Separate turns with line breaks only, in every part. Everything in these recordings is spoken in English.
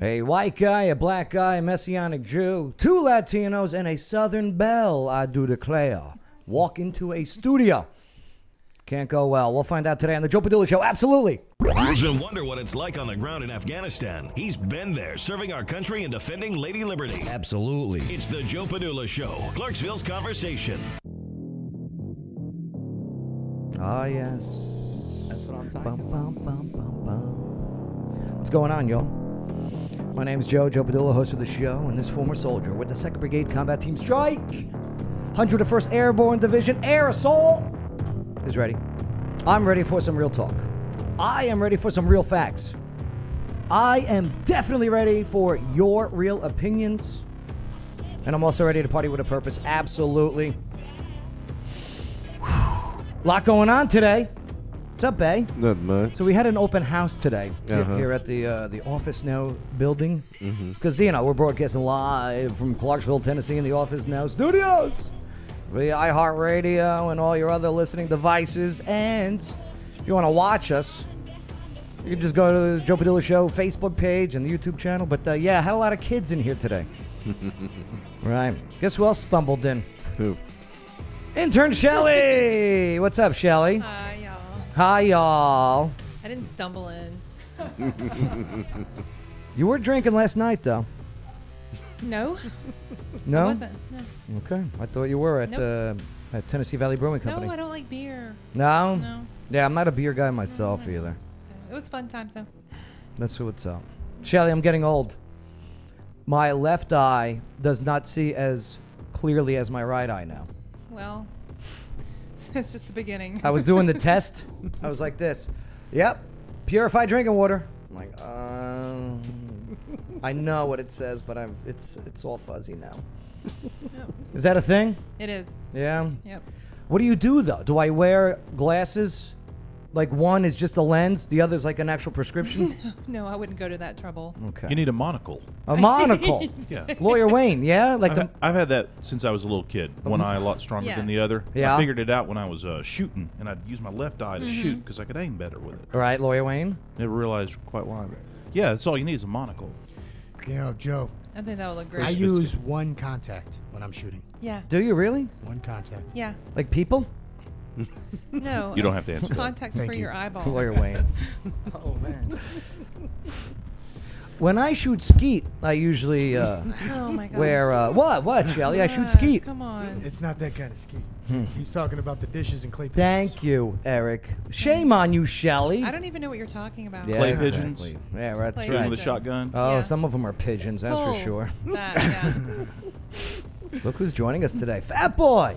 A white guy, a black guy, a messianic Jew, two Latinos, and a Southern belle, I do declare, walk into a studio. Can't go well. We'll find out today on the Joe Padula Show. Absolutely.
Doesn't wonder what it's like on the ground in Afghanistan. He's been there, serving our country and defending Lady Liberty.
Absolutely.
It's the Joe Padula Show, Clarksville's conversation.
Ah, yes.
That's what I'm talking
Bum,
about.
bum, bum, bum, bum. What's going on, y'all? My name's Joe, Joe Padula, host of the show, and this former soldier with the 2nd Brigade Combat Team Strike, 101st Airborne Division Air Assault, is ready. I'm ready for some real talk. I am ready for some real facts. I am definitely ready for your real opinions. And I'm also ready to party with a purpose, absolutely. Lot going on today. What's up, Bay?
Not much.
So we had an open house today he-
Uh-huh.
here at the uh, the Office Now building
Mm-hmm.
because you know we're broadcasting live from Clarksville, Tennessee, in the Office Now studios, the iHeartRadio, and all your other listening devices. And if you want to watch us, you can just go to the Joe Padilla Show Facebook page and the YouTube channel. But uh, yeah, I had a lot of kids in here today. right? Guess who else stumbled in?
Who?
Intern Shelly. What's up, Shelly?
Hi, y'all.
Hi, y'all.
I didn't stumble in.
You were drinking last night, though.
No,
No.
I wasn't. No,
Okay. I thought you were at
Nope.
uh, at Tennessee Valley Brewing
no
Company.
I don't like beer.
No?
No.
Yeah, I'm not a beer guy myself either.
It was fun times though.
That's what's up. Shelly, I'm getting old. My left eye does not see as clearly as my right eye now.
Well, it's just the beginning.
I was doing the test. I was like this. Yep. Purified drinking water. I'm like, um, I know what it says, but I've it's it's all fuzzy now.
Yep.
Is that a thing?
It is.
Yeah.
Yep.
What do you do though? Do I wear glasses? Like one is just a lens, the other is like an actual prescription.
No, I wouldn't go to that trouble.
Okay.
You need a monocle.
a monocle.
Yeah.
Lawyer Wayne, yeah, like
I've,
the,
I've had that since I was a little kid. One eye a lot stronger
Yeah.
than the other.
Yeah.
I figured it out when I was uh, shooting, and I'd use my left eye to
Mm-hmm.
shoot because I could aim better with it.
all right, Lawyer Wayne.
Never realized quite why. Yeah, that's all you need is a monocle.
You know, Joe,
I think that would look
I
great.
use one contact when I'm shooting.
yeah.
Do you really
One contact.
Yeah. Oh
like people?
No. uh,
You don't have to answer that.
Contact
Thank
for
you.
your eyeball.
Lawyer Wayne. oh man. when I shoot skeet, I usually uh,
Oh my gosh.
wear uh, what? What, Shelly? I shoot
Ah,
skeet. Hmm.
Come on.
It's not that kind of ski. He's talking about the dishes and clay pans.
Thank you, Eric. Shame on you, Shelly.
I don't even know what you're talking about.
Yeah,
Clay pigeons.
exactly. Yeah, that's
Clay
Shooting
right.
with a
Pigeons.
shotgun.
Oh,
Yeah.
some of them are pigeons, that's
Cool.
for sure.
That, yeah.
Look who's joining us today. Fat Boy!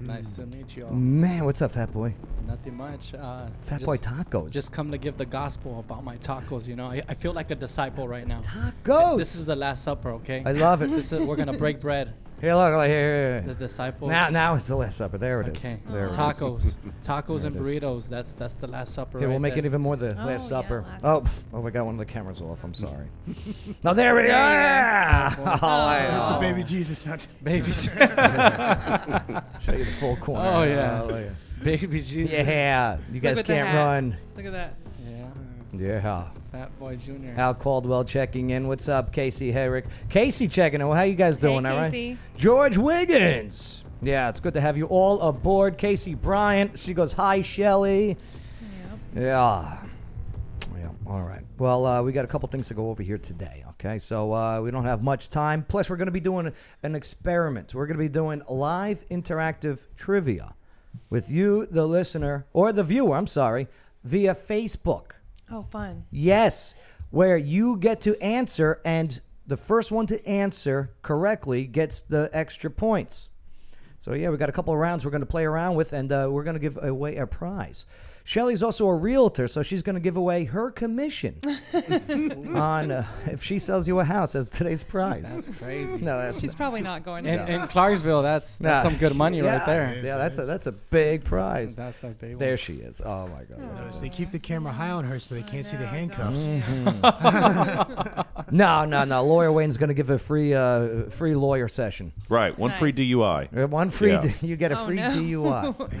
Nice to meet you all.
Man, what's up, Fat Boy?
Nothing much. Uh,
Fat
just,
Boy Tacos.
Just come to give the gospel about my tacos. You know, I, I feel like a disciple right now.
tacos!
This is the Last Supper, okay?
I love it.
This is, we're gonna break bread.
Here, look, look, here,
The
here, here.
disciples.
Now, now it's the Last Supper. There it is.
Okay. Uh-huh.
There it is.
Tacos, tacos and
it is.
burritos. That's that's the Last Supper.
Here,
right
we'll make it
there.
even more the
Oh,
Last
yeah,
Supper.
Last
oh, oh, I got one of the cameras off. I'm sorry. no, there we are.
go.
Oh, I-
That's
I'll
the baby Jesus, not
Baby, Je-
show you the full corner.
Oh, yeah.
Hallelujah.
baby Jesus.
Yeah, you guys
at the
can't
hat.
run.
Look at that.
Yeah.
Yeah.
Fat Boy Junior.
Al Caldwell checking in. What's up, Casey Herrick? Casey checking in. Well, how you guys doing? All right.
Casey.
George Wiggins. Yeah, it's good to have you all aboard. Casey Bryant. She goes, "Hi, Shelly." Yeah. Yeah. All right. Well, uh, we got a couple things to go over here today. Okay. So uh, we don't have much time. Plus, we're going to be doing an experiment. We're going to be doing live interactive trivia with you, the listener, or the viewer, I'm sorry, via Facebook.
Oh, fun.
Yes, where you get to answer, and the first one to answer correctly gets the extra points. So yeah, we got a couple of rounds we're going to play around with, and uh, we're going to give away a prize. Shelly's also a realtor, so she's going to give away her commission on uh, if she sells you a house as today's prize. That's crazy. No, that's
She's probably not going
In,
to.
in Clarksville, that's that's
Nah.
some good money
yeah,
right there.
Yeah, that's a that's a big prize.
That's a big
There she is. Oh my god.
They keep the camera high on her so
Oh,
they can't see the handcuffs.
Mm-hmm. No, no, no. Lawyer Wayne's going to give a free uh, free lawyer session.
Right, one free
Nice.
DUI.
Uh, One free,
Yeah.
d you get a
Oh,
free
no.
DUI.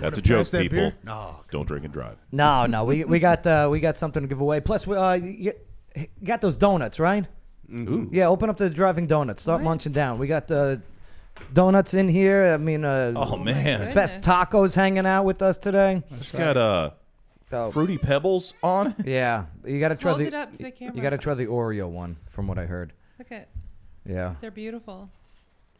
That's a joke,
Pass that
people.
beer? No.
Don't drink and drive.
No, no, we we got uh, we got something to give away. Plus, we uh, you you got those donuts, right?
Mm-hmm. Ooh.
Yeah, open up the driving donuts. Start munching down. We got the donuts in here. I mean, uh,
Oh,
my
man,
best
goodness.
tacos hanging out with us today.
it's got uh,
Oh,
fruity pebbles on. it.
yeah. You gotta try
Hold
the,
it up to the camera.
You gotta try the Oreo one, from what I heard.
Look at
Yeah.
they're beautiful.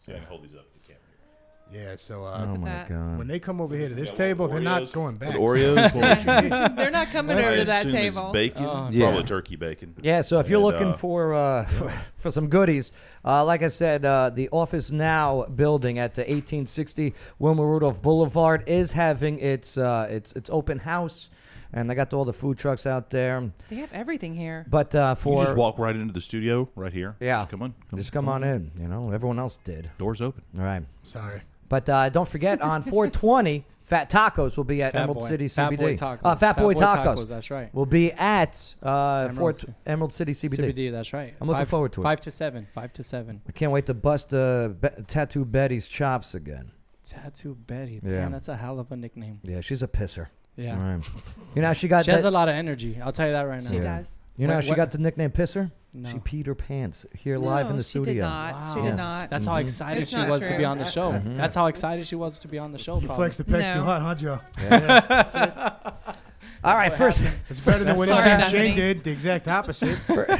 Yeah, I can hold these up to the camera.
Yeah, so uh,
Oh my
that.
god.
when they come over here to this table, they're not going back.
Oreos, what would you need?
They're not coming
I
over to that
assume it's
table.
Bacon,
Yeah.
probably turkey bacon.
Yeah, so if you're
And,
looking
uh,
for, uh, for for some goodies, uh, like I said, uh, the Office Now building at the 1860 Wilma Rudolph Boulevard is having its uh, its its open house, and they got all the food trucks out there.
They have everything here.
But uh,
You
for
just walk right into the studio right here.
Yeah.
Just come on. Come
Just come on in. You know, everyone else did.
Doors open.
All right.
Sorry.
But uh, don't forget, on 420, Fat Tacos will be at
Fat
Emerald
Boy.
City
Fat
CBD.
Boy Tacos.
Uh, Fat,
Fat
Boy,
Boy
Tacos.
Tacos, that's right.
Will be at uh,
Emerald
Fort-
Ci-
Emerald City CBD.
CBD, that's right.
I'm looking
Five-
forward to it.
Five to seven. Five to seven.
I can't wait to bust uh, Be- Tattoo Betty's chops again.
Tattoo Betty.
Yeah.
Damn, that's a hell of a nickname.
Yeah, she's a pisser.
Yeah.
All right. You know how she got
She has
that-
a lot of energy. I'll tell you that right now.
she
Yeah.
does.
You know how
What-
she
what-
got the nickname pisser?
No.
She peed her pants here live in
No,
the
she
studio.
Did not. She did
Yes. Mm-hmm.
not.
That's how excited
It's
she
not
was to
true.
be on the show. That's how excited she was to be on the show.
You
probably.
flexed the pecs
No.
too hot, huh, Joe?
All right, first.
It's better than what
Sorry,
intern
Bethany.
Shane did, the exact opposite.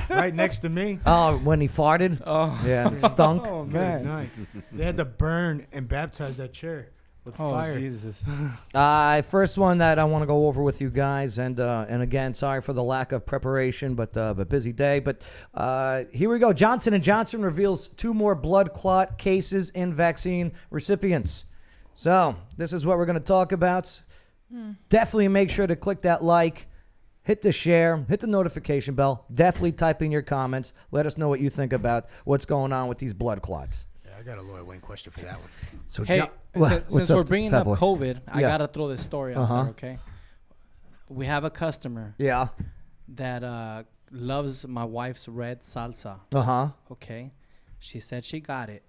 right next to me.
Oh, when he farted?
Oh.
Yeah, and it stunk.
Oh
Good
man.
night. They had to burn and baptize that chair with
Oh
fire.
Jesus.
Uh, first one that I want to go over with you guys, and uh, and again, sorry for the lack of preparation, but uh, but busy day. But uh, here we go. Johnson and Johnson reveals two more blood clot cases in vaccine recipients. So this is what we're going to talk about.
Hmm.
Definitely make sure to click that like, hit the share, hit the notification bell. Definitely type in your comments. Let us know what you think about what's going on with these blood clots.
Yeah, I got a Lloyd Wayne question for that one.
So
Hey,
Jo-
since,
Wha- what's
since
up,
we're bringing
Fat
up
Boy?
COVID, I
Yeah.
gotta throw this story out
Uh-huh.
there, okay? We have a customer
yeah,
that uh, loves my wife's red salsa.
uh huh,
Okay, she said she got it.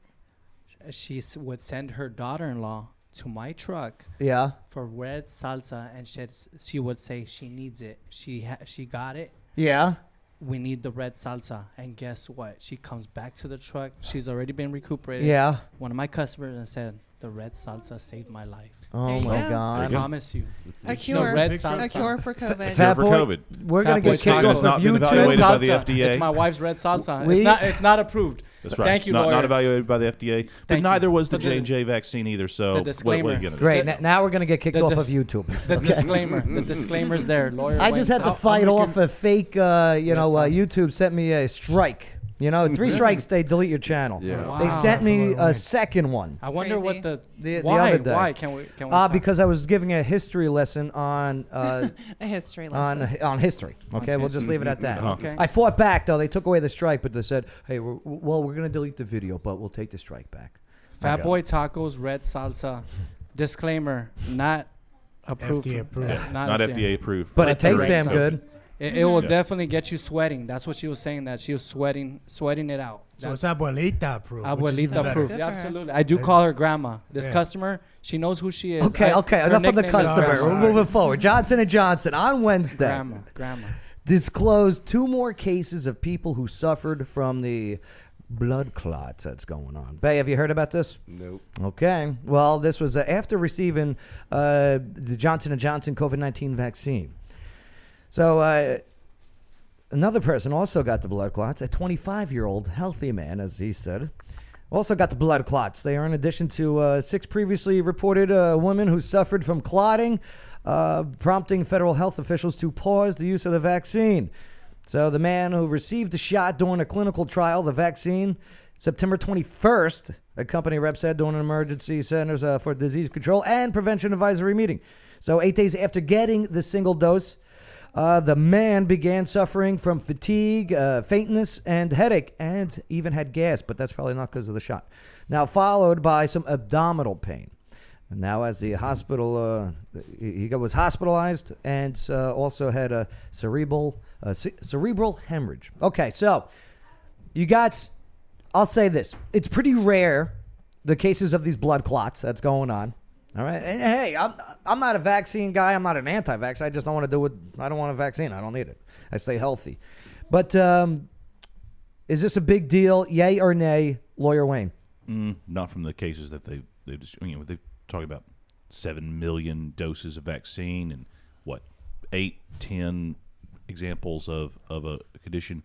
She s- would send her daughter-in-law to my truck
yeah.
for red salsa, and she she would say she needs it. She ha- she got it.
Yeah.
We need the red salsa, and guess what? She comes back to the truck. She's already been recuperated.
Yeah.
One of my customers and said the red salsa saved my life.
Oh
There you
my
go.
I
God.
promise you.
A
The
cure.
red
a
salsa.
cure for COVID.
Fat- for COVID.
We're
Fat
gonna
Boy
get kicked
Taco.
off
It's
of
not been
YouTube.
evaluated by the
Salsa.
FDA.
It's my wife's red salsa.
We-
it's not. It's not approved.
That's right.
Thank you,
not,
lawyer.
not evaluated by the FDA, but
Thank
neither
you.
was the
But
J
the-
and J vaccine either. So
the
what- what, are
disclaimer.
you gonna do?
Great.
The-
n- now we're gonna get kicked
the
off
dis-
of YouTube.
The disclaimer. The disclaimer's there, lawyer.
I just
Wayne
had to
Salsa.
fight
I'm
off
looking-
a fake. Uh, you know, uh,
That's
YouTube sent me a strike. You know, three strikes, they delete your channel.
Yeah.
Wow.
They sent me a second one.
I wonder
Crazy.
what the,
The- the
why
other day.
why can we can we
Uh,
talk-
because I was giving a history lesson on uh,
a history lesson.
on on history. Okay, we'll just leave it at that.
Okay.
I fought back though. They took away the strike, but they said, "Hey, we're, well, we're gonna delete the video, but we'll take the strike back."
Fat
Okay.
Boy Tacos Red Salsa disclaimer not approved.
FDA approved.
Not FDA approved.
But
Let
it
the
tastes
reins
damn
out.
good.
It, it will
Yeah.
definitely get you sweating. That's what she was saying. That she was sweating, sweating it out.
So it's
That's-
abuelita approved. which
Abuelita
is better.
approved.
Good
Yeah,
for her.
absolutely. I do call her grandma. This
Yeah.
customer, she knows who she is.
Okay,
I-
okay,
her
enough of the
nickname is
customer.
Grandma.
We're moving forward. Johnson and Johnson on Wednesday
Grandma, grandma.
disclosed two more cases of people who suffered from the blood clots that's going on. Bay, have you heard about this?
Nope.
Okay. Well, this was uh, after receiving uh, the Johnson and Johnson COVID nineteen vaccine. So uh, another person also got the blood clots. A twenty five year old healthy man, as he said, also got the blood clots. They are in addition to uh, six previously reported uh, women who suffered from clotting, uh, prompting federal health officials to pause the use of the vaccine. So the man who received the shot during a clinical trial, the vaccine, September 21st, a company rep said during an emergency Centers uh, for Disease Control and Prevention advisory meeting. So eight days after getting the single dose, uh, the man began suffering from fatigue, uh, faintness, and headache, and even had gas, but that's probably not because of the shot. Now, followed by some abdominal pain. And now, as the hospital, uh, he he was hospitalized and uh, also had a cerebral uh, ce- cerebral hemorrhage. Okay, so you got. I'll say this: it's pretty rare the cases of these blood clots that's going on. All right, and hey, I'm I'm not a vaccine guy. I'm not an anti-vax. I just don't want to do it. I don't want a vaccine. I don't need it. I stay healthy. But um, Is this a big deal? Yay or nay, lawyer Wayne?
Mm, Not from the cases that they they just you know they talk about seven million doses of vaccine and what eight ten examples of of a condition.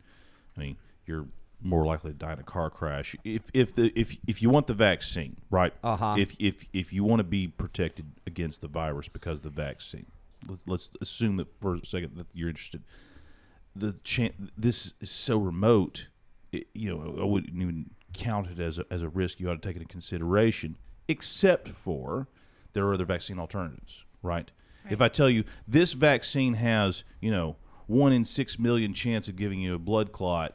I mean, you're more likely to die in a car crash if if the if if you want the vaccine, right?
Uh-huh.
If if if you want to be protected against the virus because of the vaccine, let's, let's assume that for a second that you're interested. the chan this is so remote it, you know i wouldn't even count it as a, as a risk you ought to take into consideration except for there are other vaccine alternatives right? if i tell you this vaccine has you know one in six million chance of giving you a blood clot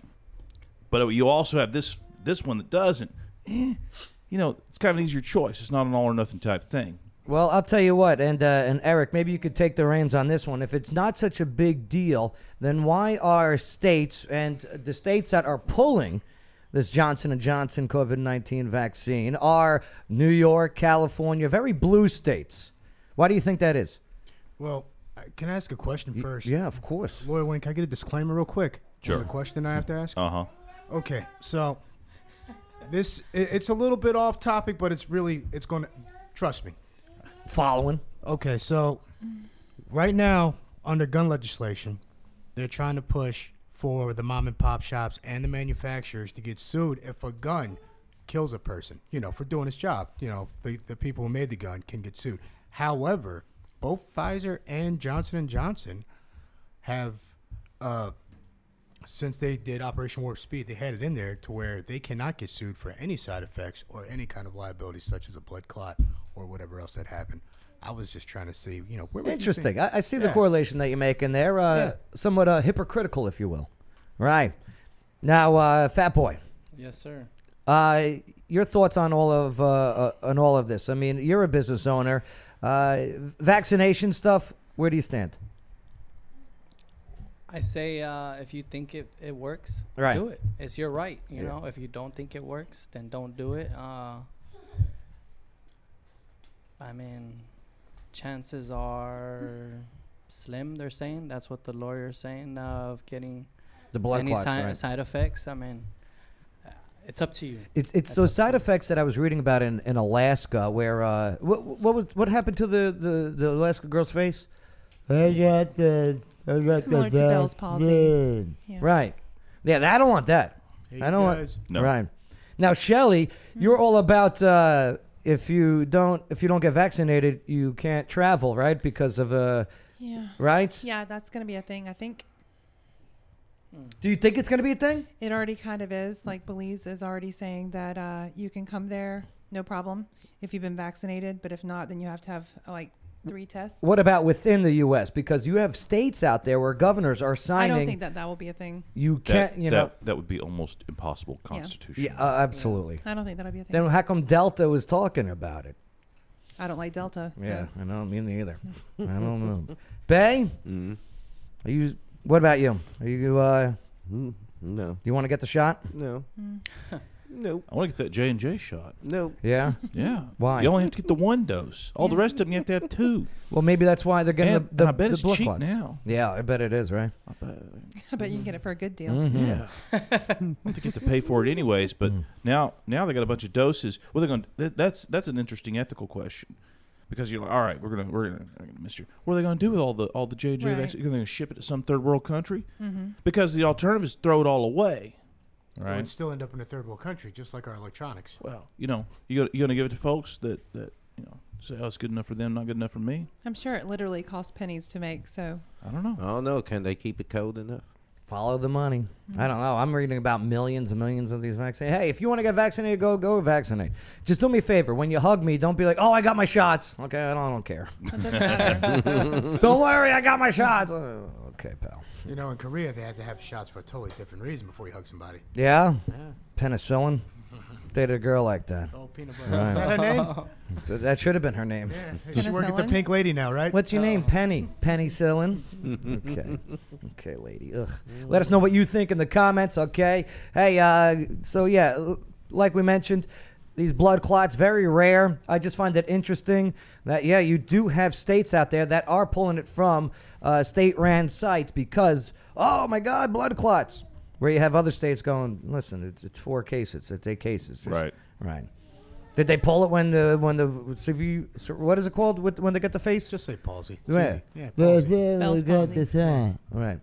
but you also have this this one that doesn't eh, you know it's kind of an easier choice it's not an all or nothing type thing
Well, I'll tell you what, and uh, and Eric, maybe you could take the reins on this one. If it's not such a big deal, then why are states and the states that are pulling this Johnson and Johnson COVID nineteen vaccine are New York, California, very blue states? Why do you think that is?
Well, I- can I ask a question first?
Yeah, of course.
Lawyer Wayne, can I get a disclaimer real quick?
Sure.
On The question I have to ask.
uh-huh
Okay, so this it, it's a little bit off topic, but it's really it's going to trust me.
Following.
Okay, so right now under gun legislation, they're trying to push for the mom and pop shops and the manufacturers to get sued if a gun kills a person, you know, for doing its job. You know, the, the people who made the gun can get sued. However, both Pfizer and Johnson and Johnson have uh since they did Operation Warp Speed, they had it in there to where they cannot get sued for any side effects or any kind of liability, such as a blood clot or whatever else that happened. I was just trying to see, you know, where would you
Interesting.
think-
I, I see the
Yeah.
correlation that you're making there. Uh,
Yeah.
Somewhat uh, hypocritical, if you will. Right. Now, uh, Fat Boy.
Yes, sir.
Uh, your thoughts on all of uh, uh, on all of this? I mean, you're a business owner. Uh, vaccination stuff. Where do you stand?
I say uh, if you think it, it works,
Right.
do it. It's your right. You know, if you don't think it works, then don't do it. Uh, I mean, chances are slim. They're saying that's what the lawyer's saying of getting
The blood
any
clots.
si-
right?
side effects. I mean, uh, it's up to you.
It's it's those side effects that I was reading about in, in Alaska, where uh, what what was what happened to the, the, the Alaska girl's face? I got the I got
Similar to Bell's palsy.
vaccine.
Yeah.
Right. Yeah, I don't want that.
Hey,
I don't want
guys.
No.
Right. Now, Shelly,
Hmm.
you're all about uh, if you don't if you don't get vaccinated, you can't travel, right? Because of uh,
Yeah.
right?
Yeah, that's going to be a thing. I think
Do you think it's going to be a thing?
it already kind of is. Like Belize is already saying that uh, you can come there, no problem, if you've been vaccinated. But if not, then you have to have uh, like three tests.
What about within the U.S.? Because you have states out there where governors are
I
signing.
don't think that that will be a thing.
you
that,
can't. You
that,
know.
that would be almost impossible constitutionally
Yeah, uh, absolutely.
I don't think that'll be a thing.
Then how come Delta was talking about it?
I don't like Delta. So.
Yeah, I don't mean either. I don't know. Bay,
Mm-hmm.
are you? What about you? Are you? Uh, do
Mm, no.
you want to get the shot?
No.
Hmm.
no.
i want to get that j&j shot
No.
Yeah.
Yeah.
Why?
You only have to get the one dose. All the rest of them you have to have two.
Well, maybe that's why they're getting
And-
the, the,
and I bet
the
it's
blood
cheap
clots.
now.
Yeah, I bet it is, right? Mm-hmm.
I bet-
I bet you can get it for a good deal.
Yeah. I have to get to pay for it anyways, but
Mm.
now now they got a bunch of doses. Well, they're going that, that's that's an interesting ethical question. Because you're like, all right, we're gonna we're gonna, we're gonna miss you. What are they gonna do with all the all the J and J
Right.
vaccine? They're gonna ship it to some third world country because the alternative is throw it all away,
Mm-hmm. It
right?
would still end up in a third world country, just like our electronics.
well, you know, you gonna- you gonna give it to folks that that you know say, oh, it's good enough for them, not good enough for me.
I'm sure it literally costs pennies to make. So
I don't know.
I don't know. Oh, Can they keep it cold enough?
Follow the money.
Mm-hmm.
I don't know. I'm reading about millions and millions of these vaccines. Hey, if you want to get vaccinated, go go vaccinate. Just do me a favor. When you hug me, don't be like, "Oh, I got my shots." Okay, I don't, I don't care.
it doesn't matter.
don't worry, I got my shots. Uh, okay, pal.
You know, in Korea, they had to have shots for a totally different reason before you hug somebody.
Yeah, penicillin. Dated a girl like that.
Oh, peanut butter. Is that her name?
Th- That should have been her name.
Yeah. Oh. She work at the
Penicillin?
Pink Lady now, right?
What's your name? Penny. Penny Sillin. Okay. Okay, lady. Ugh. Let us know what you think in the comments, okay? Hey, uh, so yeah, l- like we mentioned, these blood clots, very rare. I just find it interesting that, yeah, you do have states out there that are pulling it from uh, state ran sites because, oh my God, blood clots. Where you have other states going, listen, it's, it's four cases, it's eight cases, Just-
Right.
Right. Did they pull it when the when the severe? What is it called? with- When they get the face?
Just say palsy. It's
Yeah.
easy. Yeah,
Yeah,
palsy.
yeah,
Bell's
we got
palsy.
this, huh? All right.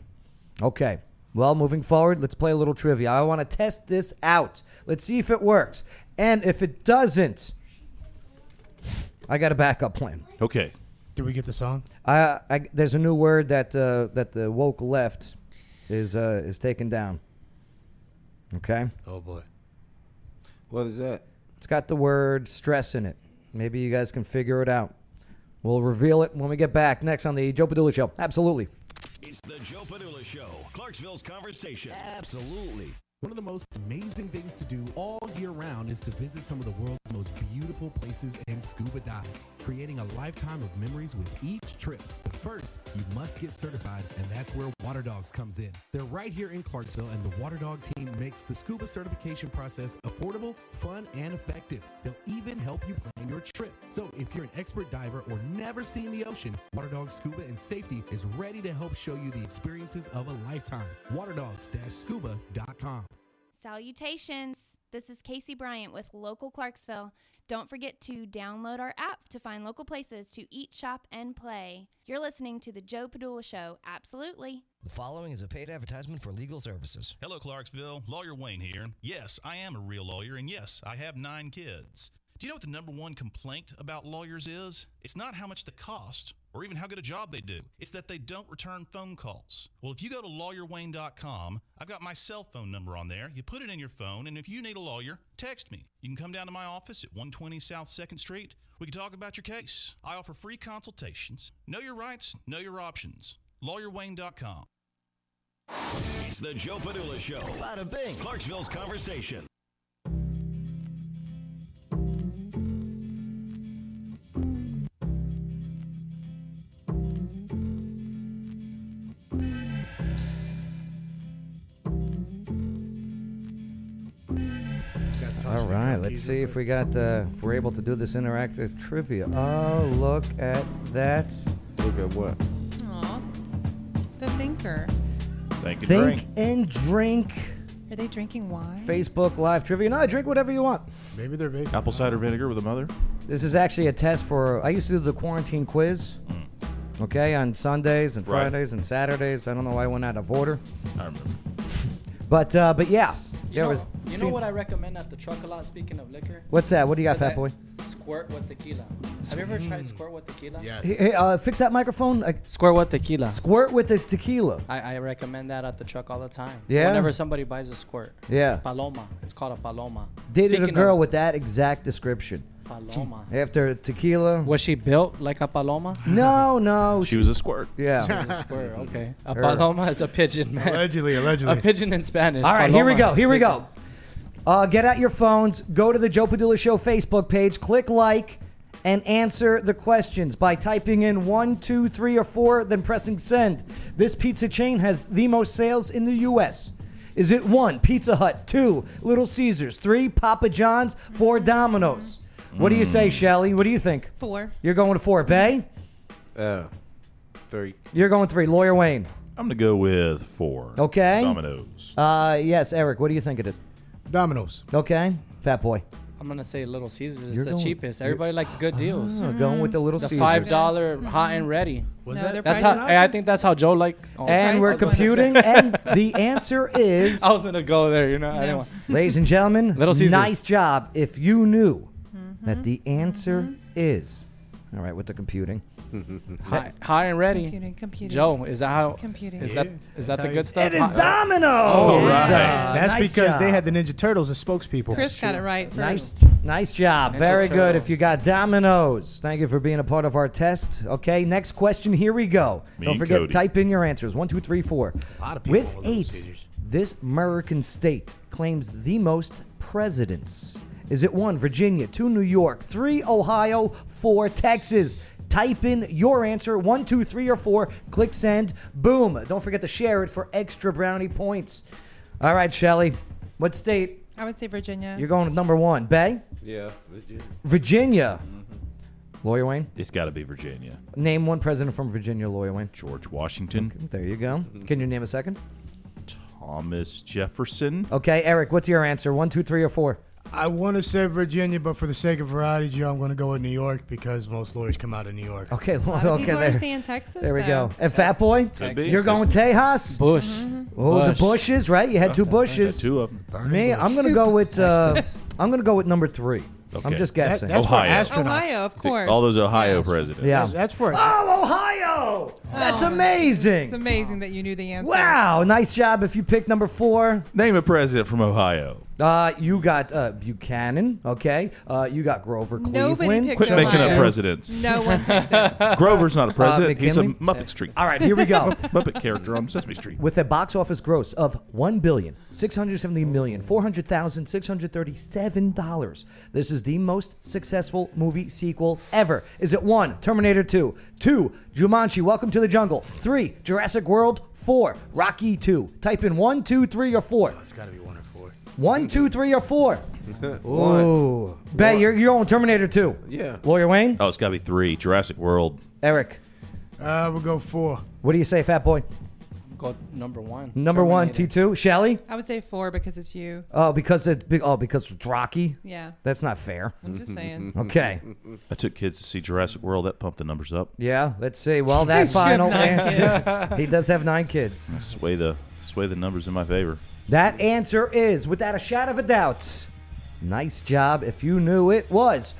Okay. Well, moving forward, let's play a little trivia. I want to test this out. Let's see if it works. And if it doesn't, I got a backup plan.
Okay.
Did we get the song?
I, I there's a new word that uh, that the woke left is uh, is taken down. Okay.
Oh boy.
What is that?
It's got the word stress in it. Maybe you guys can figure it out. We'll reveal it when we get back next on the Joe Padula Show. Absolutely.
It's the Joe Padula Show, Clarksville's conversation.
Absolutely. One of the most amazing things to do all year round is to visit some of the world's most beautiful places and scuba dive, creating a lifetime of memories with each trip. But first, you must get certified, and that's where Water Dogs comes in. They're right here in Clarksville, and the Water Dog team makes the scuba certification process affordable, fun, and effective. They'll even help you plan your trip. So if you're an expert diver or never seen the ocean, Water Dogs Scuba and Safety is ready to help show you the experiences of a lifetime. Waterdogs-scuba.com.
Salutations! This is Casey Bryant with Local Clarksville. Don't forget to download our app to find local places to eat, shop, and play. You're listening to The Joe Padula Show, absolutely.
The following is a paid advertisement for legal services.
Hello, Clarksville. Lawyer Wayne here. Yes, I am a real lawyer, and yes, I have nine kids. Do you know what the number one complaint about lawyers is? It's not how much they cost or even how good a job they do. It's that they don't return phone calls. Well, if you go to lawyerwayne.com, I've got my cell phone number on there. You put it in your phone, and if you need a lawyer, text me. You can come down to my office at 120 South 2nd Street. We can talk about your case. I offer free consultations. Know your rights, know your options. LawyerWayne.com.
It's the Joe Padula Show. Bada bing. Clarksville's conversation.
All right, let's see if we got uh, if we're able to do this interactive trivia. Oh, look at that!
Look at what?
Aw. The thinker.
Thank you.
Think
Drink.
and drink.
Are they drinking wine?
Facebook Live trivia. No, drink whatever you want.
Maybe they're big.
Apple cider vinegar with a mother.
This is actually a test for. I used to do the quarantine quiz. Okay, on Sundays and
Mm. Right.
Fridays and Saturdays. I don't know why I went out of order,
I remember.
but uh, but yeah,
You,
there
know,
was.
you know
see-
what I recommend at the truck a lot, speaking of liquor?
What's that? What do you got,
Is
Fat
that
Boy? mm.
Squirt with tequila. Have you ever tried squirt with tequila?
Yes.
Hey, hey, uh, fix that microphone. I,
Squirt with tequila. Ah,
squirt with the tequila.
I, I recommend that at the truck all the time.
Yeah?
Whenever somebody buys a squirt.
Yeah.
Paloma. It's called a paloma.
Dated
Speaking
a girl
of
with that exact description.
paloma.
After tequila.
Was she built like a paloma?
No, no.
She was a squirt.
yeah.
Squirt, okay. A
Her.
paloma is a pigeon, man.
Allegedly,
A
allegedly.
pigeon in Spanish.
All right, here we
Paloma
go.
is
Here we
pigeon.
go. Uh, get out your phones, go to the Joe Padula Show Facebook page, click like, and answer the questions by typing in one, two, three, or four, then pressing send. This pizza chain has the most sales in the U.S. Is it one, Pizza Hut, two, Little Caesars, three, Papa John's, four, Domino's? What do you say, Shelly? What do you think?
Four.
You're going to four, Bay?
Uh, three.
You're going three, Lawyer Wayne.
I'm gonna go with four.
Okay.
Dominoes.
Uh, yes, Eric, what do you think it is?
Dominoes.
Okay, Fat Boy.
I'm gonna say Little Caesars. It's
You're
the
going-
cheapest. Everybody likes good deals.
Oh, going with the Little
The
Caesars.
five dollar hot and ready.
Was
no,
that-
their
That's
price
how
is not-
I think that's how Joe likes. Oh,
And
Price
we're
is one of the
computing, and the answer is,
I was gonna go there, you know. I
No.
didn't want.
ladies and gentlemen,
Little Caesars.
nice job if you knew
Mm-hmm.
that the answer is. All right, with the computing.
Hot, hot and ready.
Computing, computing.
Joe, is that how?
Computing.
Is
Yeah.
that is that
That's
the
how
good
you-
stuff? Oh,
It is
Hot-
Domino's.
right.
Uh,
That's
nice
because they
job.
had the Ninja Turtles as spokespeople.
Chris got it right first.
Nice, nice job.
Ninja
Ah, Very good.
Turtles.
If you got dominoes, thank you for being a part of our test. Okay, next question. Here we go.
Me
Don't
and
forget,
Cody.
type in your answers. One, two, three, four.
A lot of people
With
love
eight,
Caesars.
this American state claims the most presidents. Is it one Virginia, two New York, three Ohio, four Texas? Type in your answer one, two, three, or four. Click send. Boom. Don't forget to share it for extra brownie points. All right, Shelly. What state?
I would say Virginia.
You're going with number one. Bay?
Yeah. Virginia. Mm-hmm.
Virginia. Lawyer Wayne,
It's got to be Virginia.
name one president from Virginia, Lawyer Wayne.
Mm-hmm.
George Washington.
There you go. Can you name a second?
Thomas Jefferson.
Okay, Eric, what's your answer? One, two, three, or four?
I want to say Virginia, but for the sake of variety, Joe, I'm going to go with New York because most lawyers come out of New York.
Okay, well,
lot of
okay,
people are
there.
saying Texas,
There we
though.
go. And Fat Boy,
Could be.
you're going Tejas.
Bush.
Oh,
Bush.
the Bushes, right? You had two
I think I
Bushes.
had two of 'em.
them. Me, I'm gonna go with. Uh, I'm gonna go with number three. I'm
Okay.
just
That-
guessing.
that's for Ohio. astronauts.
Ohio, of course.
All those Ohio presidents.
Yeah.
That's for
Oh, Ohio! That's
Oh. It's
amazing.
amazing that you knew the answer.
Wow, nice job. If you pick number four,
name a president from Ohio.
Uh, you got uh, Buchanan. Okay, uh, you got Grover
Nobody
Cleveland.
picked
Quit making up presidents.
No one picked
Grover's not a
Uh,
president. He's a
McKinley?
Muppet Street.
All right, here we go.
Muppet character on Sesame Street.
With a box office gross of one billion six hundred seventy million four hundred thousand six hundred thirty-seven dollars, this is the most successful movie sequel ever. Is it one Terminator Two, two Jumanji: Welcome to the Jungle, three Jurassic World, four Rocky Two? Type in one, two, three, or four.
It's got to be one or four.
One, two, three, or four.
Uh,
One.
Ooh, bet you're you're on Terminator Two.
Yeah.
lawyer Wayne,
Oh, it's got to be three. Jurassic World.
Eric.
Uh, we'll go four.
What do you say, Fat Boy?
Go number one.
Number one, T two, Shelly.
I would say four because it's you.
Oh, because it. be- Oh, because it's Rocky.
Yeah.
That's not fair.
I'm just saying.
Okay.
I took kids to see Jurassic World. That pumped the numbers up.
Yeah. Let's see. Well,
You
that
have
final
nine
answer.
kids.
he does have nine kids.
Sway the sway the numbers in my favor.
That answer is, without a shadow of a doubt, nice job. If you knew it was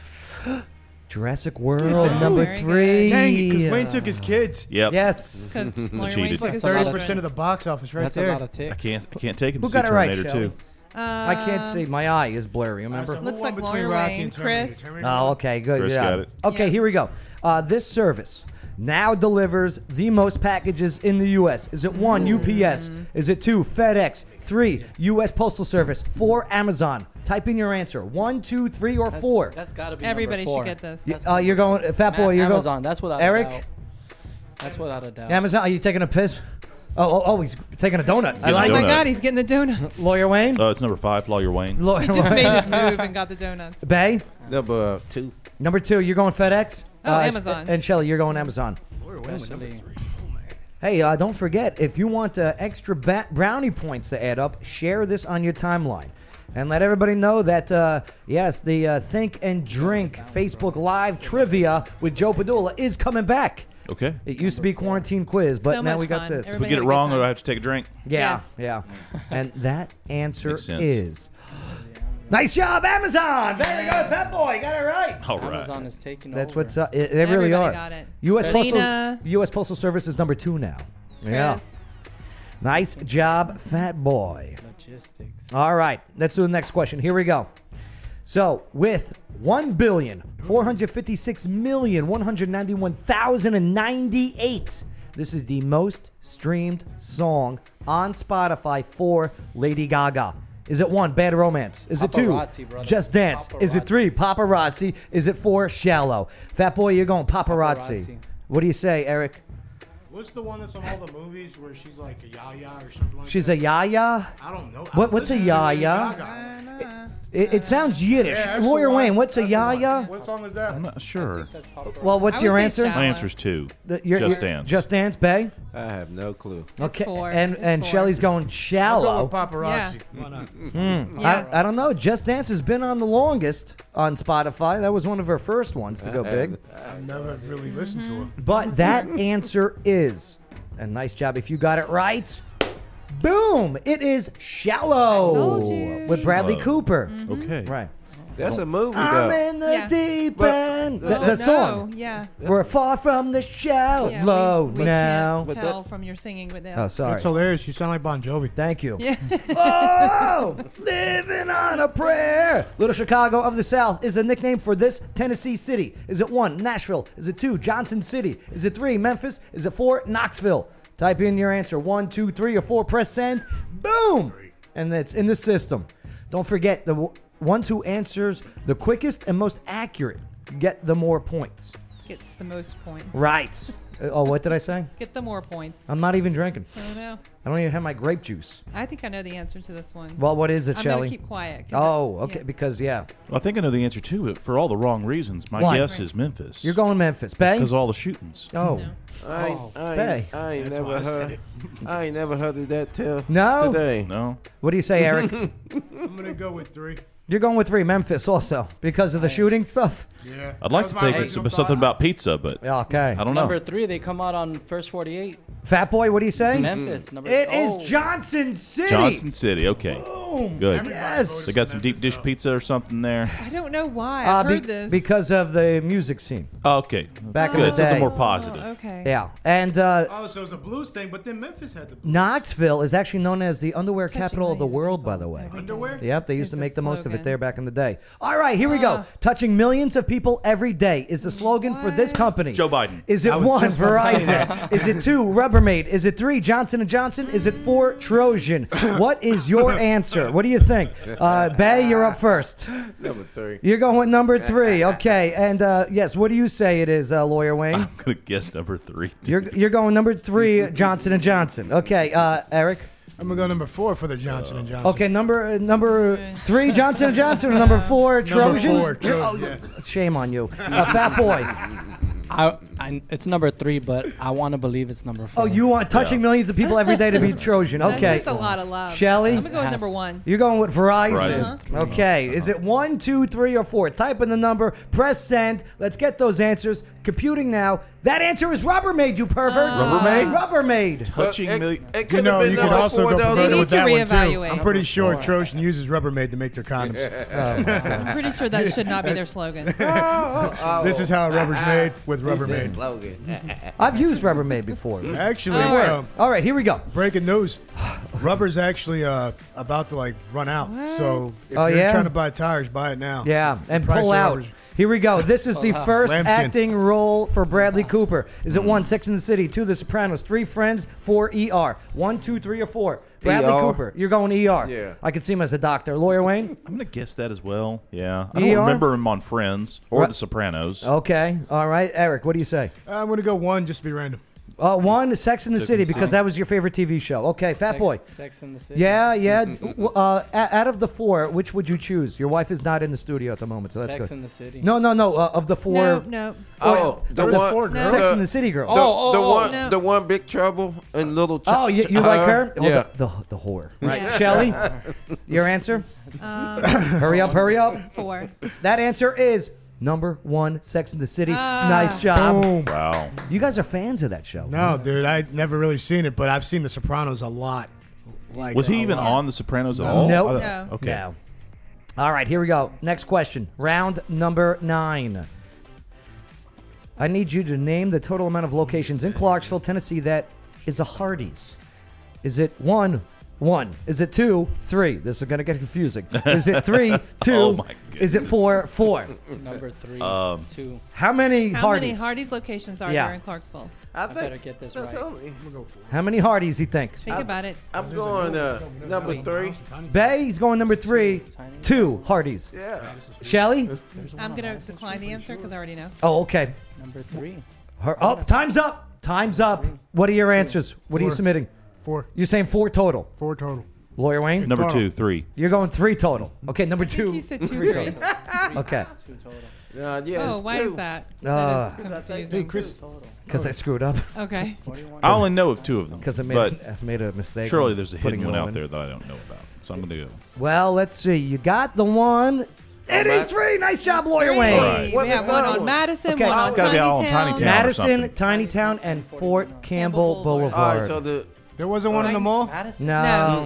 Jurassic World number three.
Dang it, because Wayne took his kids.
Yep.
Yes.
'Cause Cheated. Larry Wayne
It's like
took his
30% of the box office right there.
I can't I can't take him
Who
to
got
see
it right,
Terminator
Shelley?
Two.
I can't see. My eye is blurry. Remember?
Looks like
between
Lawyer
Rocky
Wayne,
and Terminator.
Chris.
Oh, okay, good.
Chris
yeah.
got it.
Okay, here we go. Uh, this service now delivers the most packages in the U.S. Is it
Hmm.
one UPS? Is it two FedEx? Three U.S. Postal Service? Four Amazon? Type in your answer. One, two, three, or four.
That's gotta be.
Everybody
number
should
four.
get this.
Y- uh, you're going, uh, Fat
Ma-
Boy. You're
Amazon.
Going,
That's without
Eric.
A doubt. That's without a doubt.
Amazon. Are you taking a piss? Oh, oh, oh he's taking a donut. I
Get a
like
Oh my
donut.
God, he's getting the donuts.
Lawyer Wayne.
Oh, it's number five. Lawyer Wayne.
Lawyer
He just made
Wayne.
his move and got the donuts.
Bay.
Number two.
Number two. You're going FedEx. Uh,
Oh, Amazon.
And Shelly, you're going Amazon.
Especially-
Hey, uh, don't forget if you want uh, extra ba- brownie points to add up, share this on your timeline. And let everybody know that, uh, yes, the uh, Think and Drink Facebook Live trivia with Joe Padula is coming back.
Okay.
It used to be quarantine quiz, but
So
now
much
we got
fun.
this.
If we
Everybody
get it
had a good
wrong,
time.
I have to take a drink.
Yeah,
Yes.
yeah. And that answer
Makes sense.
is. Nice job, Amazon! Very
Yeah.
good, Fat Boy, got it right.
All right.
Amazon is taking
That's
over.
what's up. It- They really
Everybody
are.
got it.
U.S. Postal,
Selena.
U.S. Postal Service is number two now. Yeah.
Chris.
Nice job, Fat Boy.
Logistics.
All right, let's do the next question. Here we go. So, with one billion four hundred fifty-six million one hundred ninety-one thousand and ninety-eight, this is the most streamed song on Spotify for Lady Gaga. Is it one, Bad Romance? Is it two,
Paparazzi, brother.
Just Dance? Is it three, Paparazzi? Is it four, Shallow? Fat Boy, you're going paparazzi.
Paparazzi.
What do you say, Eric?
What's the one that's on all the movies where she's like a yaya or something like
She's
that?
a yaya?
I don't know. I
What- what's a
listen to Lady
yaya?
Gaga.
It, it sounds Yiddish.
Yeah, that's
Lawyer
the one.
Wayne, what's a
That's the one.
yaya?
What song is that?
I'm not sure.
Well,
I
what's
would
your
say
answer?
shallow.
My answer's two.
The- your-
Just
your-
Dance.
Just dance, Bay.
I have no clue.
Okay,
four.
and
It's
and
four.
Shelly's going
I'll go
shallow.
with paparazzi. Why not?
Hmm,
Yeah.
I, don't- I don't know. Just Dance has been on the longest on Spotify. That was one of her first ones to go big.
I've never really listened to her.
But that answer is a nice job if you got it right. Boom! It is shallow
told you. Mm-hmm.
with Bradley
Shallow.
Cooper.
Okay.
Right.
That's a movie,
I'm
though.
in the
Yeah.
deep
But-
end.
Oh,
the the
no.
song.
Yeah.
We're far from the shallow
yeah we, we
now.
can't tell from your singing with that.
Oh, sorry.
That's hilarious. You sound like Bon Jovi.
Thank you.
Yeah.
Oh, living on a prayer. Little Chicago of the South is a nickname for this Tennessee city. Is it one, Nashville? Is it two, Johnson City? Is it three, Memphis? Is it four, Knoxville? Type in your answer one, two, three, or four. Press send. Boom. And that's in the system. Don't forget the w- ones who answers the quickest and most accurate get the more points.
Gets the most points.
Right. Uh, oh, what did I say?
Get the more points.
I'm not even drinking.
I don't know.
I don't even have my grape juice.
I think I know the answer to this one.
Well, what is it,
I'm
Shelly?
gonna keep quiet. 'cause I-
Oh, okay.
yeah.
Because yeah,
I think I know the answer too, but for all the wrong reasons. My
Why?
guess is Memphis.
you're going Memphis, Bay.
because all the shootings.
Oh,
I ain't,
Oh,
I
Bay.
ain't, I ain't
That's why
never
I said
heard. I ain't never heard of that till
No.
today.
No.
What do you say, Eric?
I'm gonna go with three.
You're going with three Memphis also because of the shooting stuff.
Yeah.
I'd like to think it's about something about pizza, but
okay.
I don't know.
Number three, they come out on first 48.
Fat boy, what do you say?
Memphis, number-
It is
oh.
Johnson City.
Johnson City. Okay.
Boom.
Good.
Everybody Yes. voted
They got some deep dish pizza or something there.
I don't know why.
Uh,
I've
be-
heard this.
because of the music scene.
Oh, okay.
Back in
Good.
the
Something
day.
more positive. Oh,
okay.
Yeah, and uh,
Oh, so it's a blues thing, but then Memphis had the blues.
Knoxville is actually known as the underwear capital of the world, by the way.
Underwear?
Yep, they used
Is
to
the
make the most of it
slogan.
there back in the day. All right, here we go. Touching millions of people every day is the slogan for this company.
Joe Biden.
Is it
I was
one
just about to say
Verizon?
that.
is it two Rubbermaid? Is it three Johnson and Johnson? Is it four Trojan? What is your answer? What do you think? Uh, Bay, you're up first.
Number three.
You're going with number three, okay? And uh, yes, what do you say it is, uh, lawyer Wayne?
I'm gonna guess number three.
You're you're going number three, Johnson and Johnson. Okay, uh, Eric.
I'm gonna go number four for the Johnson and Johnson.
Okay, number uh, number three, Johnson and Johnson, or number four, Trojan.
Number four,
You're- oh,
Trojan.
Shame on you, uh, Fat Boy.
I, I, it's number three, but I want to believe it's number four.
Oh, you want touching millions of people every day to be Trojan?
That's
Okay,
just a lot of love.
Shelly,
I'm gonna go with number one.
You're going with Verizon.
Verizon. Uh-huh.
Okay, is it one, two, three, or four? Type in the number, press send. Let's get those answers. Computing now. That answer is Rubbermaid, you pervert.
Rubbermaid?
Rubbermaid.
Touching
Well, it-
million-
it
You
could've
know,
been
you could
number
also
four,
go
though. They
further
need
with
to
that one too.
reevaluate.
I'm pretty sure
Four.
Trojan uses Rubbermaid to make their condoms.
I'm pretty sure that should not be their slogan.
Oh,
Oh. This is how rubber's made with Rubbermaid.
I've used Rubbermaid before.
Actually,
It worked.
um,
all right, here we go.
Breaking news: Rubber's actually uh, about to like run out. So if
Oh,
you're
yeah?
trying to buy tires, buy it now.
Yeah,
Oh. The
and
price
pull
of
out.
rubber's-
Here we go. This is the
Pull out.
first
Lambskin. Mm.
acting role for Bradley Cooper. Is it one, Sex in the City, two, The Sopranos, three, Friends, four, ER? One, two, three, or four?
E
Bradley
ER.
Cooper. You're going ER. Yeah. I could see him as a doctor. Lawyer Wayne?
I'm gonna guess that as well. Yeah. I don't
ER?
remember him on Friends or
Ru-
The Sopranos.
Okay. All right. Eric, what do you say?
Uh, I'm gonna go one just to be random.
Uh, one, Sex in the
Sex
City,
and the
because
City.
that was your favorite TV show. Okay, Fat
Sex-
Boy.
Sex and the City.
Yeah, yeah. W- uh, a- out of the four, which would you choose? Your wife is not in the studio at the moment, so that's
Sex
good.
and the City.
No, no, no. Uh, of the four.
No, no.
Oh, the, one,
Sex in the City girl.
Oh,
The,
Oh,
the one, the one, Big Trouble and Little. Ch- Uh,
Oh, you, you like her? Oh,
yeah.
The, the, the whore. Right.
Yeah.
Shelly, your answer?
Um,
hurry up, hurry up.
Four.
That answer is number one Sex in the City.
Ah.
nice job.
Boom.
Wow.
You guys are fans of that show.
No, dude, I never really seen it, but I've seen The Sopranos a lot. Like,
was he
a
even
lot.
on The Sopranos at
No.
all?
Nope.
I don't-
No.
Okay.
No. All right, here we go. Next question. Round number nine. I need you to name the total amount of locations in Clarksville, Tennessee that is a Hardee's. Is it one, one? Is it two, three? This is going to get confusing. Is it three, two?
Oh my
is it four, four?
Number three,
Um,
two.
How many
How
Hardee's?
many Hardee's locations are
Yeah.
there in Clarksville?
I,
better get this right.
How many Hardee's you think?
Think about it.
I'm going uh, number three.
Bay, he's going number three, two Hardee's.
Yeah.
Shelly?
I'm gonna decline the answer because I already know.
Oh, okay.
Number three.
Her, oh, time's up. Time's up. What are your answers? What are you
Four.
submitting?
Four.
You're saying four total.
Four total.
Lawyer Wayne?
Number two, three.
You're going three total. Okay, number two.
he said two,
three
three.
total. Okay.
Uh, yeah,
oh,
it's
why
two.
is that?
Uh,
That is confusing.
Because I screwed up.
Okay.
I only know of two of them.
'Cause I made
but
a- I made a mistake
Surely
in
there's a
putting
hidden one
it all
out
in.
there that I don't know about. So I'm gonna go.
Well, let's see. You got the one. It is three. Nice job, Lawyer Wayne.
Alright.
We have one on Madison,
Okay.
one
Oh,
on
it's
gotta
Tiny
be all
Town.
on Tiny Town or
Madison,
something.
Tiny Town, and Fort Campbell Boulevard.
All right, so the
There wasn't one in the mall.
Madison?
No.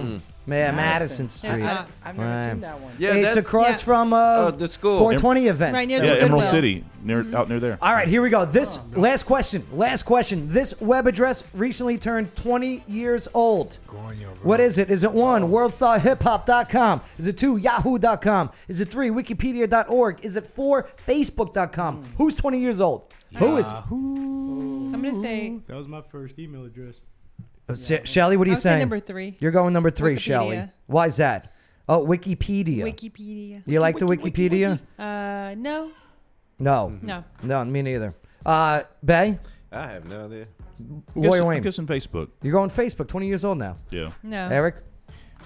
Mm-mm.
Man,
Madison.
Madison
There's
Street.
not. I've never seen that one.
Yeah,
it's
that's-
across
Yeah.
from uh,
Uh, the school.
420 events.
Right near
Yeah,
the
Emerald
Goodwill.
City, near
Mm-hmm.
out near there.
All right, here we go. This last question. Last question. This web address recently turned 20 years old. What is it? Is it one, worldstarhiphop.com? Is it two, yahoo.com? Is it three, wikipedia.org? Is it four, facebook.com?
Hmm.
Who's 20 years old? Who
Uh,
is it?
I'm gonna say
Uh, That was my first email address.
Uh, Sh- Shelly, what are you
I'll say
saying?
number three.
You're going number three, Shelly.
Wikipedia.
Why is that? Oh, Wikipedia.
Wikipedia.
You like the Wikipedia?
Uh, no.
No.
No.
No, me neither. Uh, Bay,
I have no idea.
Lawyer
I'm
Wayne.
guessing Facebook.
You're going Facebook, 20 years old now.
Yeah.
No.
Eric?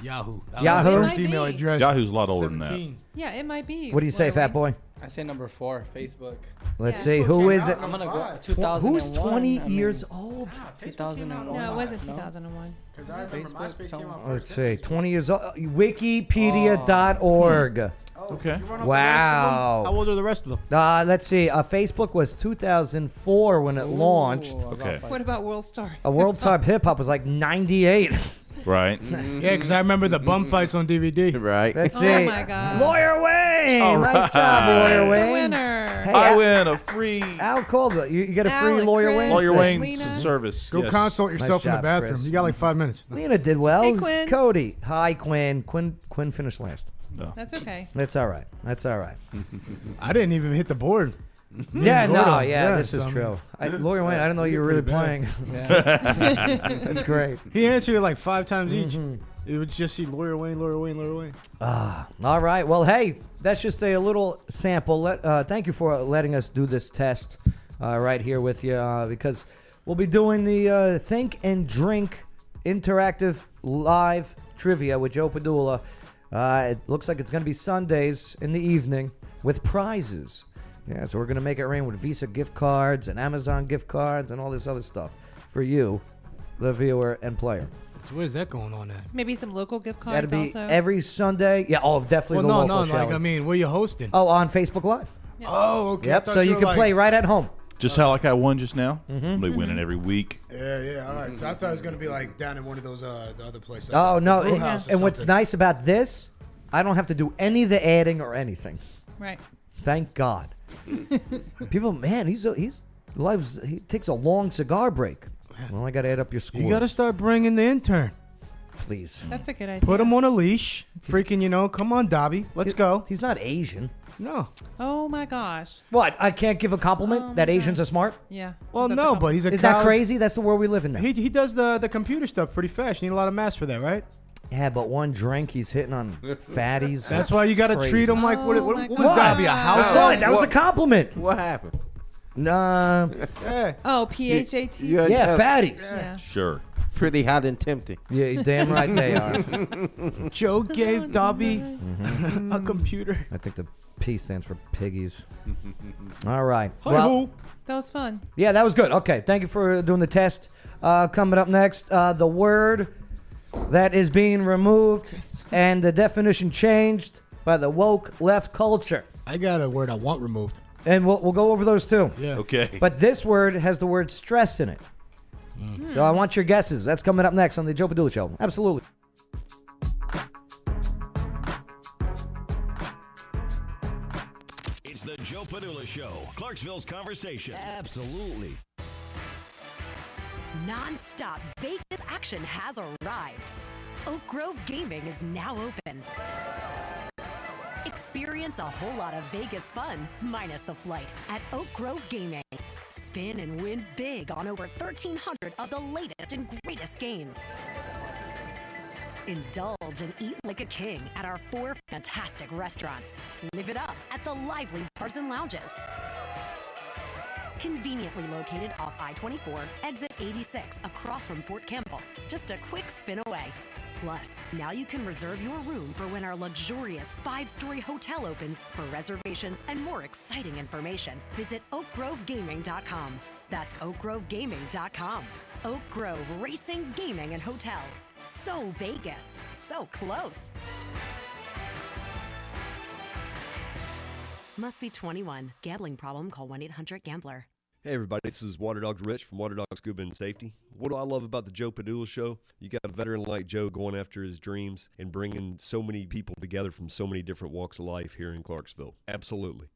Yahoo.
Yahoo?
It might be.
Yahoo's a lot older than that.
Yeah, it might be.
What do you say,
Lawyer
fat
Wayne.
boy?
I say number four, Facebook.
Let's see who is it.
I'm gonna go
Tw-
2001.
Who's 20
I mean,
years
Ah,
old?
2001.
No, it wasn't 2001.
Because I remember
Facebook, some-
Let's see, 20 years old. Wikipedia.org.
Okay.
Oh. run off the rest of them?
Wow.
How old are the rest of them?
Uh, let's see. Uh, Facebook was 2004 when it launched.
Okay.
What about World Star?
A world top hip hop was like 98.
Right.
Mm-hmm. Yeah, because I remember the bum fights on DVD.
Right.
Mm-hmm. Let's
Oh
see.
my God.
Lawyer Wayne.
All
Nice job, Lawyer
right.
The
Wayne.
winner.
Hey,
I
Al,
win a free
Al Caldwell. You, you get a free
Alec,
Lawyer
Chris.
Wayne.
lawyer
session.
Wayne
Lena.
s- service.
Go
yes.
consult yourself
Nice
in the
job,
bathroom.
Chris.
You got like five minutes.
Lena did well.
Hey, Quinn.
Cody. Hi, Quinn. Quinn. Quinn finished last.
That's okay.
That's all right. That's all right.
I didn't even hit the board.
Yeah,
Gordo.
no, yeah,
Hmm. Yeah,
this is
so, I mean-
true. I, Lawyer Wayne, I didn't know you were really
pretty bad.
playing.
Yeah.
That's great. Mm-hmm.
He answered it like five times each. It would just see lawyer Wayne, lawyer Wayne, lawyer Wayne.
Ah, All right. Well, hey, that's just a little sample. Let, uh, thank you for letting us do this test uh, right here with you uh, because we'll be doing the uh, Think and Drink interactive live trivia with Joe Padula. Uh, it looks like it's going to be Sundays in the evening with prizes. Yeah, so we're going to make it rain with Visa gift cards and Amazon gift cards and all this other stuff for you, the viewer and player.
So where's that going on at?
Maybe some local gift
That'll
cards
be
also.
every Sunday. Yeah, oh, definitely
Well,
the
no,
local
no, like
show.
I mean, where you hosting?
Oh, on Facebook Live.
Oh, okay. I
Yep.
thought
So you
were
can
like-
play right at home.
Just how like I won just now.
Mm-hmm.
They win it every week.
Yeah, yeah. All right. So I thought it was gonna be like down in one of those uh, the other places.
Oh no!
Brew
and-
house or
and what's
something.
nice about this, I don't have to do any of the adding or anything.
Right.
Thank God. People, man, he's a, he's lives. He takes a long cigar break. Well, I got to add up your scores.
You gotta start bringing the intern.
please.
That's a good idea.
Put him on a leash. Freaking, you know, come on, Dobby. Let's go.
He's not Asian.
No.
Oh my gosh.
What? I can't give a compliment
Oh,
that
my
Asians are smart.
Yeah.
Well,
Is that the
no,
com-
but he's a
Isn't that
college-
crazy? That's the world we live in now.
He, he does the, the computer stuff pretty fast. You need a lot of mass for that, right?
yeah, but one drink, he's hitting on fatties.
That's why you got to treat him like what,
Oh
what,
my
what was
God.
Dobby a house?
What?
What?
That was a
What?
compliment.
What happened?
Nah.
Yeah.
Oh, P H A T.
You-
Yeah,
uh,
fatties.
Yeah.
Sure.
Pretty hot and tempting.
Yeah, you're damn right they are. uh,
Joe gave Dobby
Mm-hmm.
a computer.
I think the P stands for piggies. All right.
Hi-ho.
Well,
That was fun.
yeah, that was good. Okay, thank you for doing the test. Uh, coming up next, uh, the word that is being removed and the definition changed by the woke left culture.
I got a word I want removed.
And we'll, we'll go over those too.
Yeah.
Okay.
But this word has the word stress in it.
Hmm.
So I want your guesses. That's coming up next on the Joe Padula Show. Absolutely.
It's the Joe Padula Show, Clarksville's conversation.
Absolutely.
Non-stop Vegas action has arrived. Oak Grove Gaming is now open. Experience a whole lot of Vegas fun, minus the flight, at Oak Grove Gaming. Spin and win big on over 1,300 of the latest and greatest games. Indulge and eat like a king at our four fantastic restaurants. Live it up at the lively bars and lounges conveniently located off I 24, exit 86, across from Fort Campbell. Just a quick spin away. Plus, now you can reserve your room for when our luxurious five story hotel opens. For reservations and more exciting information, visit oakgrovegaming.com. That's oakgrovegaming.com. Oak Grove Racing, Gaming, and Hotel. So Vegas, so close. Must be 21. Gambling problem, call 1 800 Gambler.
Hey everybody, this is Water Dogs Rich from Water Dogs Scuba and Safety. What do I love about the Joe Padula Show? You got a veteran like Joe going after his dreams and bringing so many people together from so many different walks of life here in Clarksville. Absolutely.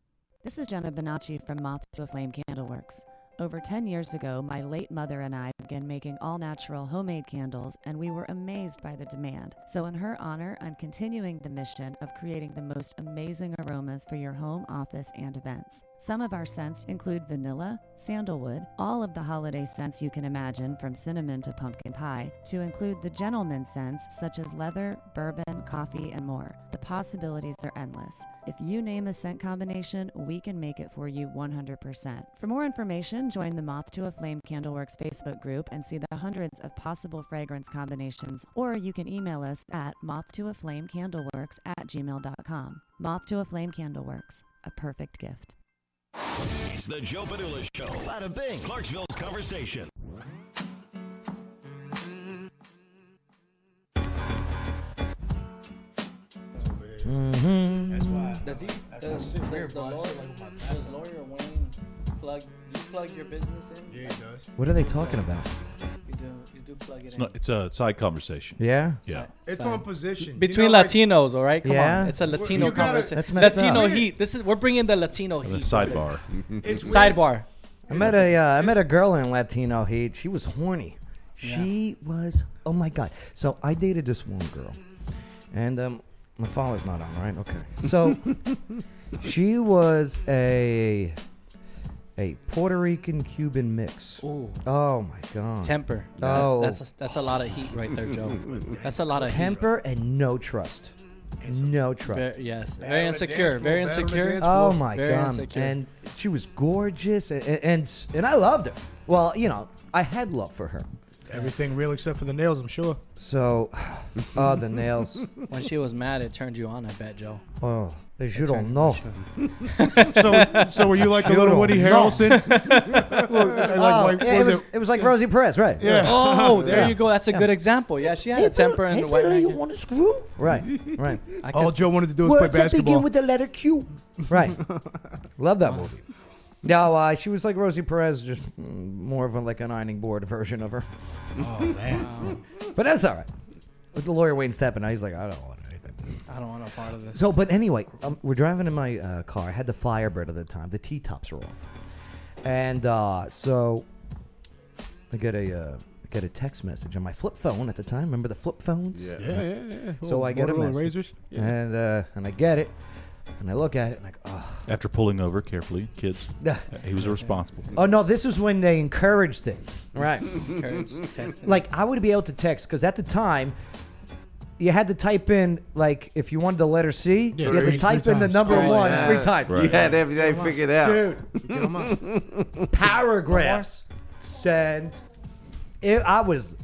This is Jenna Bonacci from Moth to a Flame Candleworks. Over 10 years ago, my late mother and I began making all natural homemade candles, and we were amazed by the demand. So, in her honor, I'm continuing the mission of creating the most amazing aromas for your home, office, and events. Some of our scents include vanilla, sandalwood, all of the holiday scents you can imagine, from cinnamon to pumpkin pie, to include the gentleman scents such as leather, bourbon, coffee, and more. The possibilities are endless. If you name a scent combination, we can make it for you 100%. For more information, join the Moth to a Flame Candleworks Facebook group and see the hundreds of possible fragrance combinations, or you can email us at moth to a flame candleworks at gmail.com. Moth to a Flame Candleworks. a perfect gift.
It's the Joe Padula Show. Bada bing. Clarksville's conversation.
Mm-hmm.
That's why.
Does he?
That's
does,
how
does
weird
the
boss
lawyer,
is, like, with
does lawyer Wayne plug? You plug your business in?
Yeah, he does.
What are they talking about?
You do. You do plug it
It's
in.
not. It's a side conversation.
Yeah?
Yeah.
It's on position.
Between
You know, like-
Latinos, all right? Come
Yeah?
on. It's a
Well,
Latino
you gotta-
conversation.
That's messed
Latino
up.
heat. This is we're bringing the Latino heat.
The sidebar.
It's weird.
Sidebar.
I met a uh, I met a girl in Latino heat. She was horny. She was oh my god. So I dated this one girl, and um, my father's not on, right? Okay. So she was a a Puerto Rican Cuban mix.
Ooh.
Oh my god.
Temper.
Oh,
That's that's a, that's a lot of heat right there, Joe. That's a lot of heat.
temper and no trust. No trust.
Ver- yes.
Battle
Very
on the
insecure. Very insecure.
Oh my
Very
god!
insecure.
And she was gorgeous, and, and and I loved her. Well, you know, I had love for her.
Everything real except for the nails, I'm sure.
So, oh, the nails.
when she was mad, it turned you on. I bet, Joe.
Oh, as you don't know.
so, so were you like the
You
little
don't
Woody
know.
Harrelson? Well, like,
Oh,
like,
yeah, it,
was
was, it was like Rosie Perez, right?
Yeah.
Oh, there
Yeah.
you go. That's a good example. Yeah, she had a temper and a white
you
man.
want to screw? Right, right.
I
all
could-
Joe wanted to do was play basketball.
the letter Q. Right. Love that movie. No, uh, she was like Rosie Perez, just mm, more of a, like an ironing board version of her.
oh man,
But that's all right. With the lawyer Wayne stepping out, he's like, I don't want anything.
I don't want a part of this.
So, but anyway, um, we're driving in my uh, car. I had the Firebird at the time. The T tops were off, and uh, so I get a uh, I get a text message on my flip phone at the time. Remember the flip phones?
Yeah.
yeah, yeah, yeah.
So I get a
Motorola
message,
razors.
and uh, and I get it, and I look at it, and I go, oh,
After pulling over carefully, kids.
Yeah.
He was responsible.
oh no, this was when they encouraged it, right?
Courage, texting.
like I would be able to text because at the time. You had to type in like if you wanted the letter C,
Yeah,
you had
three-
to type
three
in the
times.
number
Three
one
times.
three times.
You had everything figured out.
Dude,
Get them out.
paragraphs. Send. It, I was,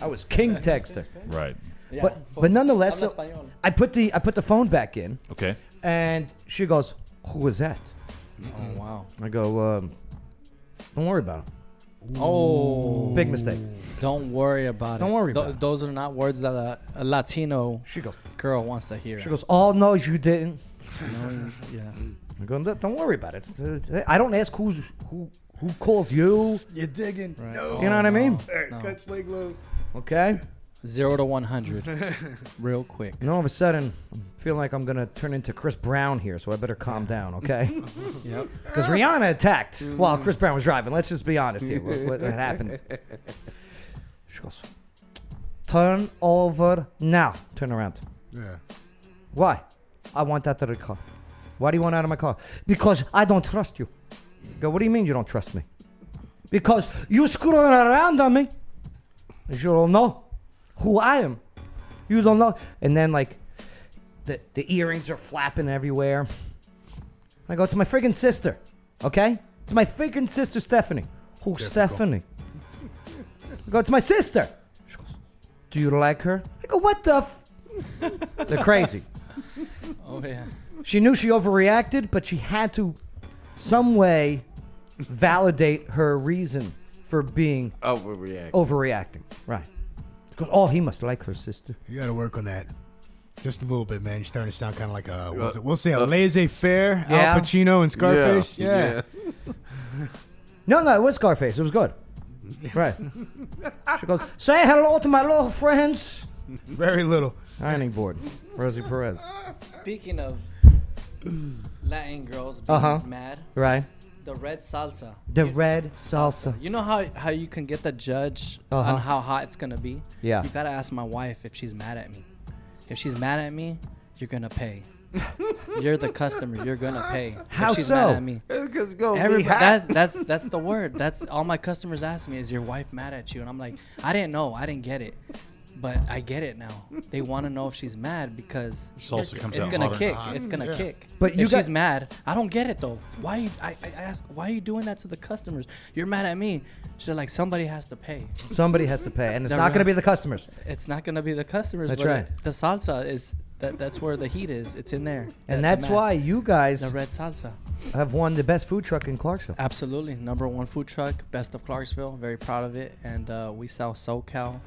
I was king texter.
Right.
Yeah.
But but nonetheless,
Habla
so
español.
I put the I put the phone back in,
Okay.
and she goes, "Who was that?"
Oh wow.
I go, um, "Don't worry about it.
Oh.
Big mistake."
Don't worry about it.
Don't worry
Tho-
about it.
Those are not words that a, a Latino
She goes,
girl wants to hear.
she goes, "Oh no, you didn't."
Knowing- yeah.
I go, "No, "Don't worry about it. It's- it's- I don't ask who's who who calls you.
You're digging.
Right.
No.
You know what I mean?
Hey,
No.
Cut leg load.
Okay."
Zero to one hundred, real quick.
And all of a sudden, I feel like I'm gonna turn into Chris Brown here, so I better calm down, okay?
Yep.
Because Rihanna attacked
Mm.
while Chris Brown was driving. Let's just be honest here. What, what what happened? She goes, "Turn over now. Turn around.
Yeah.
Why? I want out of the car. Why do you want out of my car? Because I don't trust you. I Go. What do you mean you don't trust me? Because you screwing around on me. You don't know who I am. You don't know. And then like, the the earrings are flapping everywhere. I go, it's my friggin' sister. Okay? It's my friggin' sister, Stephanie. Who's Stephanie? I go, it's my sister. She goes, Do you like her? I go, what the f? They're crazy.
Oh yeah.
She knew she overreacted, but she had to some way validate her reason for being
Overreact.
overreacting. Right. Because, oh, he must like her sister.
You got to work on that. Just a little bit, man. You're starting to sound kind of like a we'll, we'll say a
uh,
laissez-faire
Yeah.
Al Pacino and Scarface. Yeah.
No, no, it was Scarface. It was good. Right. She goes, Say hello to my little friends.
Very little.
Ironing board. Rosie Perez.
Speaking of Latin girls being
Uh-huh.
mad,
Right.
the red salsa.
The
You-
red salsa.
You know how how you can get the judge
Uh-huh.
on how hot it's gonna be.
Yeah.
You gotta ask my wife if she's mad at me. If she's mad at me, you're gonna pay. you're the customer. You're gonna pay.
How
if she's
so? Uh,
Mad at me.
Because go
Everybody,
be hot.
that, that's that's the word. That's all my customers ask me: Is your wife mad at you? And I'm like, I didn't know. I didn't get it. But I get it now. They want to know if she's mad because
Salsa comes
it's
out
gonna
hotter.
kick.
Hot.
It's gonna
Yeah.
kick.
But
If
you got-
she's mad. I don't get it though. Why you? I, I ask. Why are you doing that to the customers? You're mad at me. She's like, somebody has to pay.
Somebody has to pay, and it's
They're
not going to
right.
be the customers.
It's not gonna be the customers.
That's
but
right.
The salsa is that. That's where the heat is. It's in there.
And
The- the
that's
mad.
why you guys
The red salsa.
have won the best food truck in Clarksville.
Absolutely, number one food truck, best of Clarksville. Very proud of it, and uh, we sell SoCal,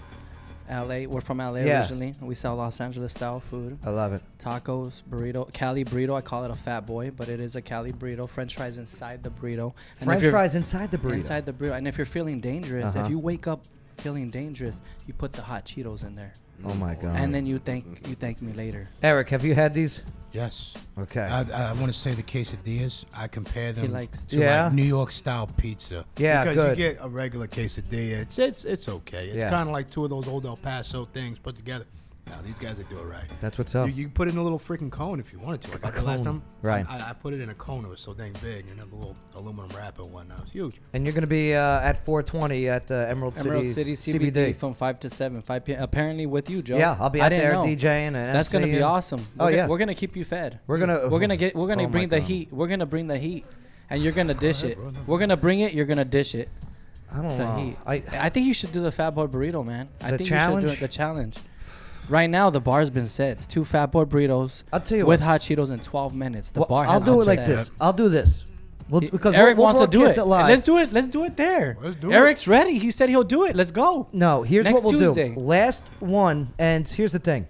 LA. We're from LA
Yeah.
originally. We sell Los Angeles style food.
I love it.
Tacos, burrito, Cali burrito. I call it a fat boy, but it is a Cali burrito. French fries inside the burrito. And if
French
you're-
fries inside the burrito.
Inside the burrito. And if you're feeling dangerous,
Uh-huh.
if you wake up feeling dangerous, you put the hot Cheetos in there.
Oh my God.
And then you thank you thank me later.
Eric, have you had these?
Yes.
Okay.
I, I want to say the quesadillas. I compare them
likes-
to
Yeah.
like New York style pizza.
Yeah,
because
good.
you get a regular quesadilla. It's it's it's okay. It's
Yeah.
kind of like two of those old El Paso things put together. Now these guys they do it right.
That's what's up.
You, you can put it in a little freaking cone if you wanted to. Like I did last
cone.
time,
Right.
I, I put it in a cone. It was so dang big. And another little aluminum wrap and whatnot. It was huge.
And you're going to be uh, at 420 at uh, Emerald,
Emerald City, CBD, from five to seven, five p.m. Apparently with you, Joe.
Yeah, I'll be
I
out
didn't
there
know.
DJing and
That's gonna be
emceeing.
awesome.
Oh,
We're gonna-
yeah.
we're gonna keep you fed.
We're gonna-
we're gonna get we're
Oh,
gonna
my
bring the
God.
heat. We're gonna bring the heat, and you're gonna dish
ahead,
it.
bro. No.
We're gonna bring it. You're gonna dish it.
I don't
The
know.
heat. I, think you should do the Fat Boy Burrito, man. I
The
think
challenge?
you should do it, the challenge. Right now, the bar's been set. It's two Fat Boy Burritos.
I'll tell you
with
what.
hot Cheetos in 12 minutes. The
Well,
bar.
I'll
has
do
been
it like
set.
this. I'll do this. We'll, because
Eric
we'll- we'll
wants to do
broadcast
it.
live.
Let's do it. Let's do it there. Let's do Eric's ready. He said he'll do it. Let's go.
No, here's
Next
what we'll
Tuesday.
do. Last one, and here's the thing.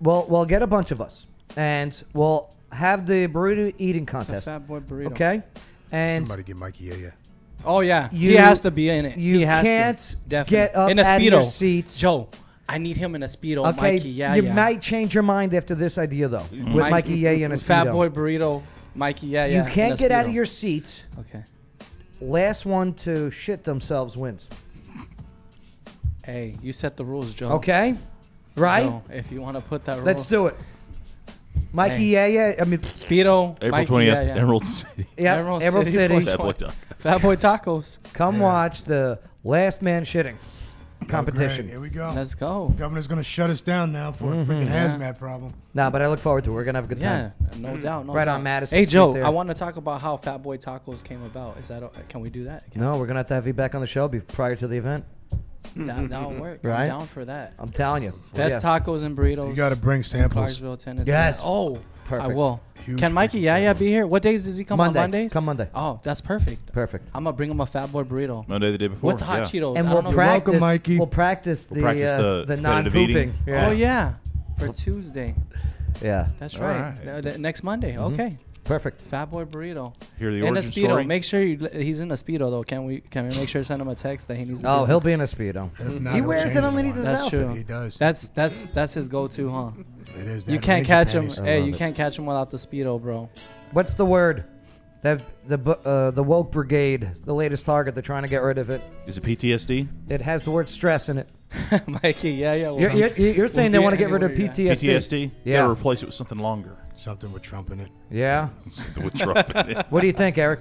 We'll we'll get a bunch of us, and we'll have the burrito eating contest.
Fat Boy burrito.
Okay, and
Somebody get Mikey. Yeah, yeah.
Oh yeah, he
You-
has to be in it.
you
he has
can't
to. Definitely.
get up
in a speedo.
out of your seats.
Joe, I need him in a speedo.
okay,
Mikey. Yeah,
you
yeah.
might change your mind after this idea though, with
Mike-
Mikey Yay and his
Fat Boy Burrito. Mikey, yeah, yeah.
You can't
in a
get out
Speedo.
of your seat.
Okay.
Last one to shit themselves wins.
Hey, you set the rules, Joe.
Okay, right?
Joe, if you want to put that. Rule.
Let's do it. Mikey, yeah, yeah. I mean,
Speedo.
April
Mikey,
20th,
yeah, yeah.
Emerald City.
Yeah,
Emerald,
Emerald City.
Fat Boy
Tacos.
Fat Boy Tacos.
Come watch the last man shitting competition.
Oh,
Mm-hmm.
Great, Here we go.
Let's go.
Governor's gonna shut us down now for a freaking hazmat problem.
Nah, but I look forward to it. We're gonna have a good
Yeah,
time.
no doubt. No
Mm. right
doubt.
on Madison.
Hey,
Street
Joe,
there.
I want to talk about how Fat Boy Tacos came about. Is that o- can we do that?
No, we're gonna have to have you back on the show be- prior to the event.
Mm-hmm.
That, that'll work.
Right?
I'm down for that.
I'm telling you.
Best
Yeah.
tacos and burritos.
You gotta bring
in
samples.
Clarksville, Tennessee.
Yes.
Oh,
Perfect.
I will.
Huge
Can Mikey yeah yeah be here? What days does he come
Monday.
on Mondays?
Come Monday.
Oh, that's perfect.
Perfect.
I'm gonna bring him a Fat Boy burrito.
Monday the day before,
With hot
yeah.
Cheetos.
And
I
we'll
don't know-
practice. We'll practice the
We'll practice
uh,
the
the,
competitive eating.
non-pooping.
Oh yeah, for Tuesday.
Yeah.
That's
All
right.
right.
No, the- next Monday.
Mhm.
Okay.
Perfect.
Fat Boy burrito.
Hear the
in
origin
a speedo.
story?
Make sure you, he's in a speedo though. Can we can we make sure to send him a text that he needs? to
Oh,
just-
he'll be in a speedo.
not,
he
he'll
wears
change
it
it
underneath his
That's
outfit.
true.
He does.
That's that's that's his go-to, huh? It
is.
You
That
can't
ninja
catch him.
panties. I
Hey,
love
you
it.
can't catch him without the speedo, bro.
What's the word? That the bu- uh, the woke brigade, the latest target. They're trying to get rid of it.
Is it PTSD?
It has the word stress in it.
Mikey, yeah, yeah.
You're- you're- you're saying they
be
wanna get rid of
anywhere you're at.
PTSD.
PTSD?
Yeah.
Gotta replace it with something longer.
Something with Trump in it.
Yeah.
Something with Trump in it.
What do you think, Eric?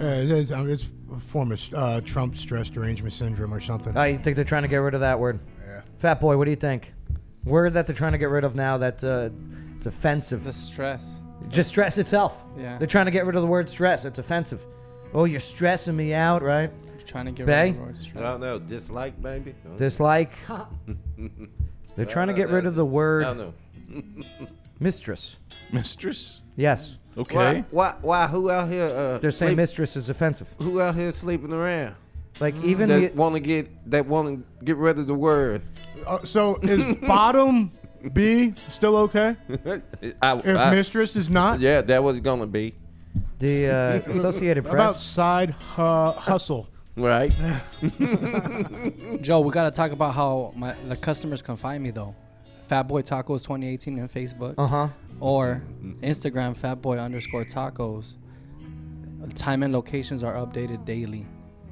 Uh, it's, I mean, it's a form of uh, Trump stress derangement syndrome or something.
I Oh, think they're trying to get rid of that word.
Yeah.
Fat boy, what do you think? Word that they're trying to get rid of now that uh, it's offensive.
The stress.
Just stress itself.
Yeah.
They're trying to get rid of the word stress. It's offensive. Oh, you're stressing me out, right?
Trying to get
Bay?
rid of the word
I
stress.
don't know. Dislike, maybe. I don't know.
Dislike.
I
They're trying to
don't
get
know.
rid of the word
I don't know.
mistress.
Mistress?
Yes.
Okay.
Why, why? Why? Who out here? Uh,
They're saying
sleep-
mistress is offensive.
Who out here sleeping around?
Like even
that
the
want to get that want to get rid of the word.
Uh, so is bottom B still okay?
I,
If
I-
mistress is not,
yeah, that was gonna be
the uh, Associated
How about
Press.
side hu- hustle.
right.
Joe, we gotta talk about how my the customers can find me though. Fat Boy Tacos 2018 on Facebook.
Uh-huh.
Or Instagram Fat Boy underscore Tacos. Time and locations are updated daily.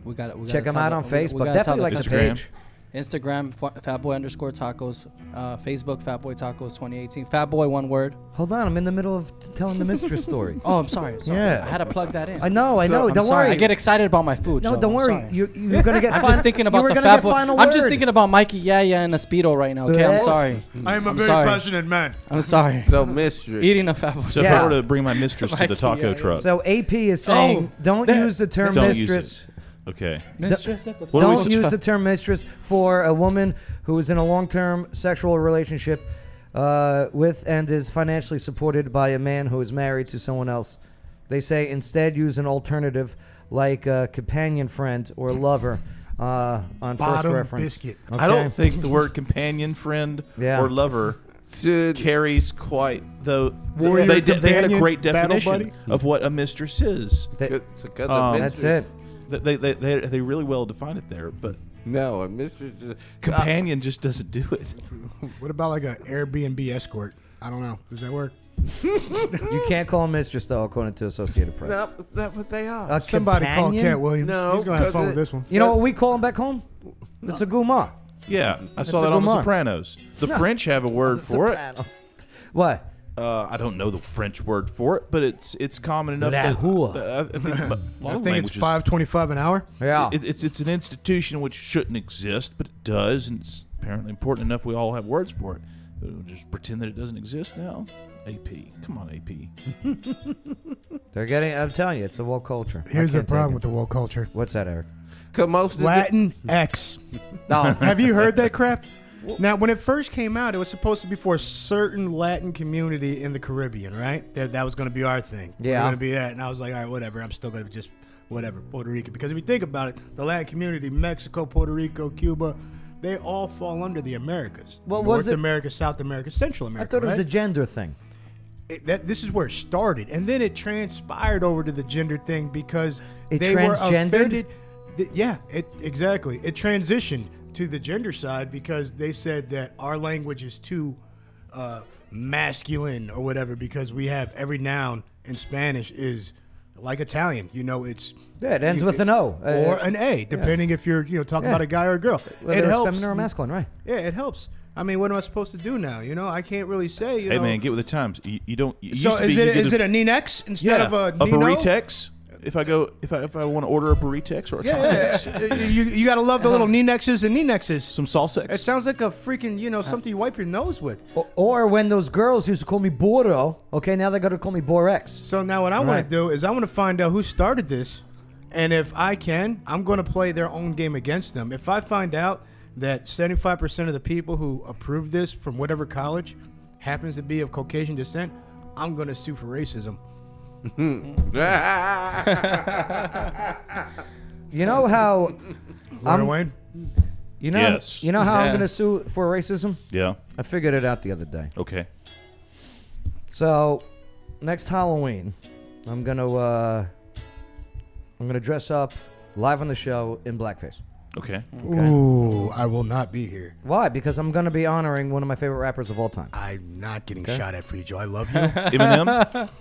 We got to
Check 'em out on Facebook. Definitely like the page.
Instagram fa- Fatboy underscore tacos, uh, Facebook Fatboy Tacos 2018. Fatboy one word.
Hold on, I'm in the middle of t- telling the mistress story.
Oh, I'm sorry. sorry.
Yeah.
I had to plug that in.
I know, I know.
I'm
Don't
sorry.
worry.
I get excited about my food.
No,
Joe.
don't
I'm
worry.
sorry.
You, you're gonna get.
I'm
final-
just thinking
you
about
were
the
gonna
fat
get
boy.
final
I'm just
word.
thinking about Mikey Yaya and a speedo right now. Okay, I'm sorry.
I am a
I'm
very
sorry.
passionate man.
I'm sorry.
So mistress.
Eating a fat boy.
So if I were to bring my mistress to the
Mikey,
taco
yeah.
truck,
So AP is saying,
Oh,
don't
that-
use the term
Don't use
mistress.
it. Okay.
D-
Mistress at the
What are we
don't
supposed-
use the term mistress for a woman who is in a long-term sexual relationship uh, with and is financially supported by a man who is married to someone else. They say instead use an alternative like a companion friend or lover uh, on
Bottom
first reference.
biscuit.
I
Okay?
don't think the word companion, friend,
Yeah.
or lover carries quite the.
Warrior
they, did- they had a
companion,
great
battle
definition
buddy?
of what a mistress is.
It's a cousin mistress. That's
it. They, they, they, they really well defined it there, but
No, a uh, mistress. Is,
companion just doesn't do it.
What about like an Airbnb escort? I don't know. Does that work?
You can't call them mistress though, according to Associated Press.
That, that what they are.
A
Somebody call
companion?
Cat Williams.
No,
He's gonna have fun
'cause
with
it-
this one.
You know what we call them back home? It's a gourmand.
Yeah, I
It's
saw
a
that on The
gourmand.
Sopranos. The
No.
French have a word
The
for
Sopranos. What?
Uh, I don't know the French word for it, but it's it's common enough.
La
that,
hua.
that I, I think, a lot
I
of
think it's
languages-
five twenty-five an hour.
It, it's it's an institution which shouldn't exist, but it does, and it's apparently important enough we all have words for it. But we'll just pretend that it doesn't exist now. AP, come on, AP.
They're getting. I'm telling you, it's the woke culture. I
Here's the
can't take
problem
it.
with the woke culture.
What's that, Eric?
most
Latin X.
No.
Have you heard that crap? Now, when it first came out, it was supposed to be for a certain Latin community in the Caribbean, right? That, that was going to be our thing. We We're
Yeah.
going to be that. And I was like, all right, whatever. I'm still going to just, whatever, Puerto Rico. Because if you think about it, the Latin community, Mexico, Puerto Rico, Cuba, they all fall under the Americas.
Well,
North
was it-
America, South America, Central
I
America.
thought it was
right?
a gender thing.
it, that this is where it started, and then it transpired over to the gender thing because
It
they
transgendered?
were offended. th- yeah, it exactly. It transitioned to the gender side because they said that our language is too uh, masculine or whatever because we have every noun in Spanish is like Italian. You know, it's
Yeah, it ends with an O, uh,
or an A,
yeah.
depending if you're you know talking
Yeah.
about a guy or a girl.
Whether
it
it's
helps.
feminine or masculine, right?
Yeah, it helps. I mean, what am I supposed to do now? You know, I can't really say. You
hey
know,
man, get with the times. You, you don't. You
so
used to
is
be,
it
you get
is it a Nenex instead
yeah,
of a,
a
Nino?
burritex? If I go, if I if I want to order a burritex or a
Yeah,
Timex.
yeah, yeah. you you gotta love the little Nenexes and Nenexes.
Some salsa.
It sounds like a freaking you know something you wipe your nose with.
Uh, O- Or when those girls used to call me Boro, okay, now they got to call me Borex.
So now what I want
Right.
to do is I want to find out who started this, and if I can, I'm going to play their own game against them. If I find out that 75% of the people who approve this from whatever college happens to be of Caucasian descent, I'm going to sue for racism.
You know how?
Lorna
I'm-
Wayne?
You know.
Yes.
You know how I'm
Yeah.
going to sue for racism?
Yeah.
I figured it out the other day.
Okay.
So, next Halloween, I'm gonna uh, I'm gonna dress up live on the show in blackface.
Okay.
Ooh, I will not be here.
Why? Because I'm gonna be honoring one of my favorite rappers of all time.
I'm not getting
Okay.
shot at for you, Joe. I love you.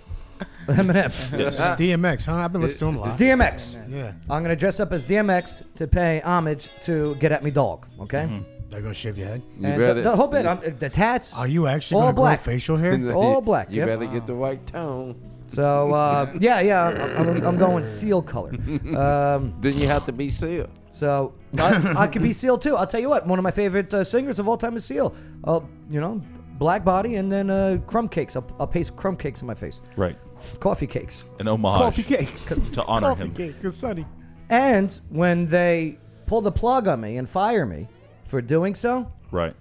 Uh,
Eminem?
Eminem.
Yes.
DMX, huh? I've been listening to him a lot.
DMX.
Yeah.
I'm gonna dress up as DMX to pay homage to Get at Me Dog. Okay.
Mm-hmm.
They're gonna shave your head.
And the, the whole bit. I'm, the tats.
Are you actually
all
gonna grow
black
facial hair?
All black.
You
yep.
better get the right tone.
So uh, yeah, yeah. I'm, I'm, I'm going seal color. Um,
Then you have to be sealed.
So I, I could be Seal too. I'll tell you what, one of my favorite uh, singers of all time is Seal. Uh, you know, black body and then uh, crumb cakes. I'll, I'll paste crumb cakes in my face.
Right.
Coffee cakes.
An homage.
Coffee cake.
to honor
Coffee
him.
cake. It's sunny.
And when they pull the plug on me and fire me for doing so,
Right.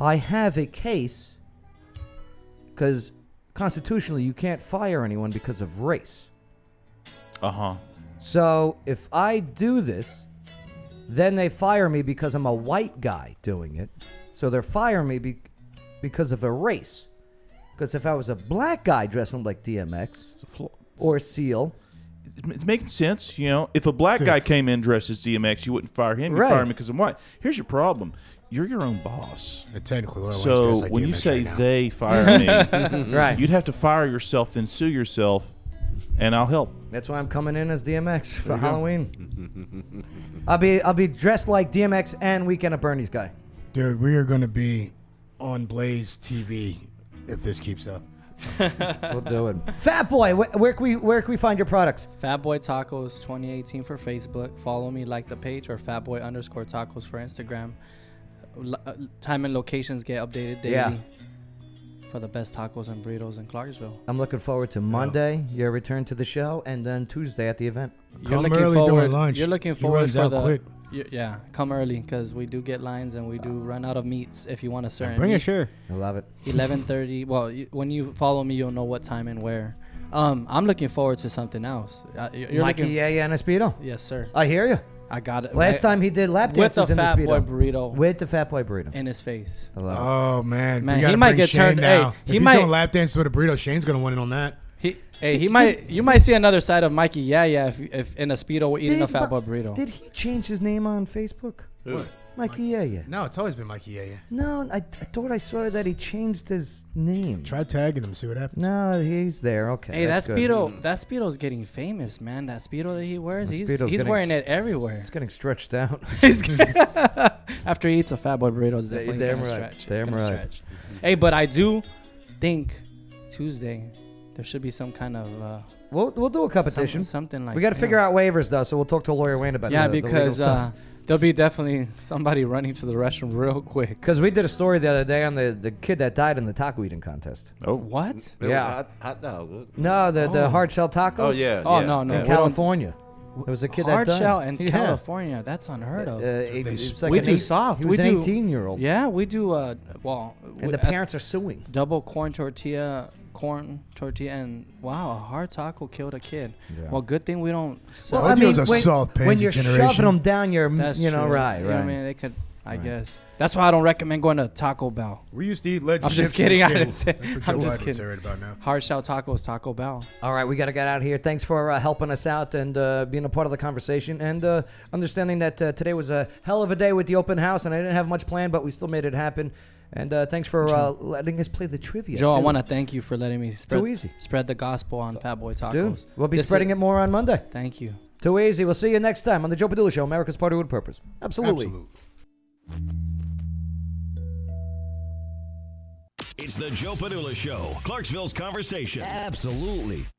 I have a case because constitutionally you can't fire anyone because of race.
Uh huh.
So if I do this, then they fire me because I'm a white guy doing it. So they're firing me be- because of a race. Because if I was a black guy dressing like DMX or E Seal,
it's making sense, you know. If a black guy came in dressed as DMX, you wouldn't fire him. You'd
Right.
fire him because I'm white. Here's your problem: you're your own boss.
And technically, Lorna Wayne's
so
dressed like
when you
DMX
say
right now.
they fire me,
Right.
you'd have to fire yourself, then sue yourself, and I'll help.
That's why I'm coming in as DMX for
There you go.
Halloween. I'll be I'll be dressed like DMX and Weekend at Bernie's guy.
Dude, we are going to be on Blaze TV if this keeps up.
we'll do it. Fat boy, wh- where can we where can we find your products?
Fatboy Tacos 2018 for Facebook. Follow me, like the page, or Fatboy underscore tacos for Instagram. L- uh, time and locations get updated daily
Yeah.
for the best tacos and burritos in Clarksville.
I'm looking forward to Monday, your return to the show, and then Tuesday at the event.
You're looking forward. You're looking forward for the. y- Yeah, come early because we do get lines and we do run out of meats if you want a certain.
bring a
meat.
share.
I love it.
11:30. Well, y- when you follow me, you'll know what time and where. Um, I'm looking forward to something else. Uh, y- you're
Mikey
looking-
Yeah Yeah and Espedo.
Yes, sir.
I hear you.
I got it.
Last
Right.
time he did lap
With
dances
the
in
Fat
the
Boy
Speedo.
burrito.
With the Fat Boy burrito.
in his face.
I love it.
Oh man,
Man,
we gotta
he might
bring
get
Shane
turned- hey,
Now.
he
if
might-
he's doing lap dances with a burrito. Shane's gonna win it on that.
He, hey, he might. You might see another side of Mikey. Yeah, yeah. If, if in a speedo eating a
Did
fat boy
Mi-
burrito.
Did he change his name on Facebook?
Who? What?
Mikey Yeah Yeah.
No, it's always been Mikey. Yeah, yeah.
No, I, I thought I saw that he changed his name.
Try tagging him, see what happens.
No, he's there. Okay.
hey, that
that's good.
speedo. That speedo's getting famous, man. That speedo that he wears.
The
he's
Speedo's
he's
getting
wearing
s-
it everywhere.
It's getting stretched out.
After he eats a fat boy burrito, it's
Yeah,
definitely gonna
damn right,
stretch. It's
damn
gonna
right.
stretch. Hey, but I do think Tuesday there should be some kind of. Uh,
We'll we'll do a competition.
something like
we got to
yeah.
figure out waivers though, so we'll talk to lawyer Wayne about
yeah,
the, the legal
because
stuff.
uh, there'll be definitely somebody running to the restroom real quick.
Because we did a story the other day on the, the kid that died in the taco eating contest.
Oh,
what?
Yeah.
Hot, hot dog.
No, the, the
Oh.
hard shell tacos.
Oh, yeah, Oh, yeah, no, no,
in
we don't-
California. There was a kid
Hard
that died.
shell in
Yeah.
California. That's unheard of.
Uh, it- They it's like
we
an
do
eight-
soft.
he
we
was an
do
18-year-old.
Yeah, we do. Uh, well, uh,
And the parents are suing.
Double corn tortilla, corn tortilla, and wow, a hard taco killed a kid.
Yeah.
Well, good thing we don't.
Well,
sell-
I mean, when, when you're shoving them down your,
That's
you know,
true.
right,
You know what I
right.
mean, they could. I guess that's why I don't recommend going to Taco Bell.
We used to eat lead
I'm just
chips
kidding.
too.
I didn't say.
That's what
I'm
Joe
just
Biden's
kidding.
right about now.
Hard shell tacos, Taco Bell.
All right, we got to get out of here. Thanks for uh, helping us out and uh, being a part of the conversation and uh, understanding that uh, today was a hell of a day with the open house, and I didn't have much planned, but we still made it happen. And uh, thanks for uh, letting us play the trivia.
Joe, I
too.
want to thank you for letting me spread,
easy.
spread the gospel on Fat Boy Tacos.
Dude, we'll be
This is-
spreading it more on Monday.
Thank you.
Too easy. We'll see you next time on the Joe Padula Show, America's Party with a Purpose. Absolutely.
Absolutely.
It's the Joe Padula Show, Clarksville's conversation. Absolutely.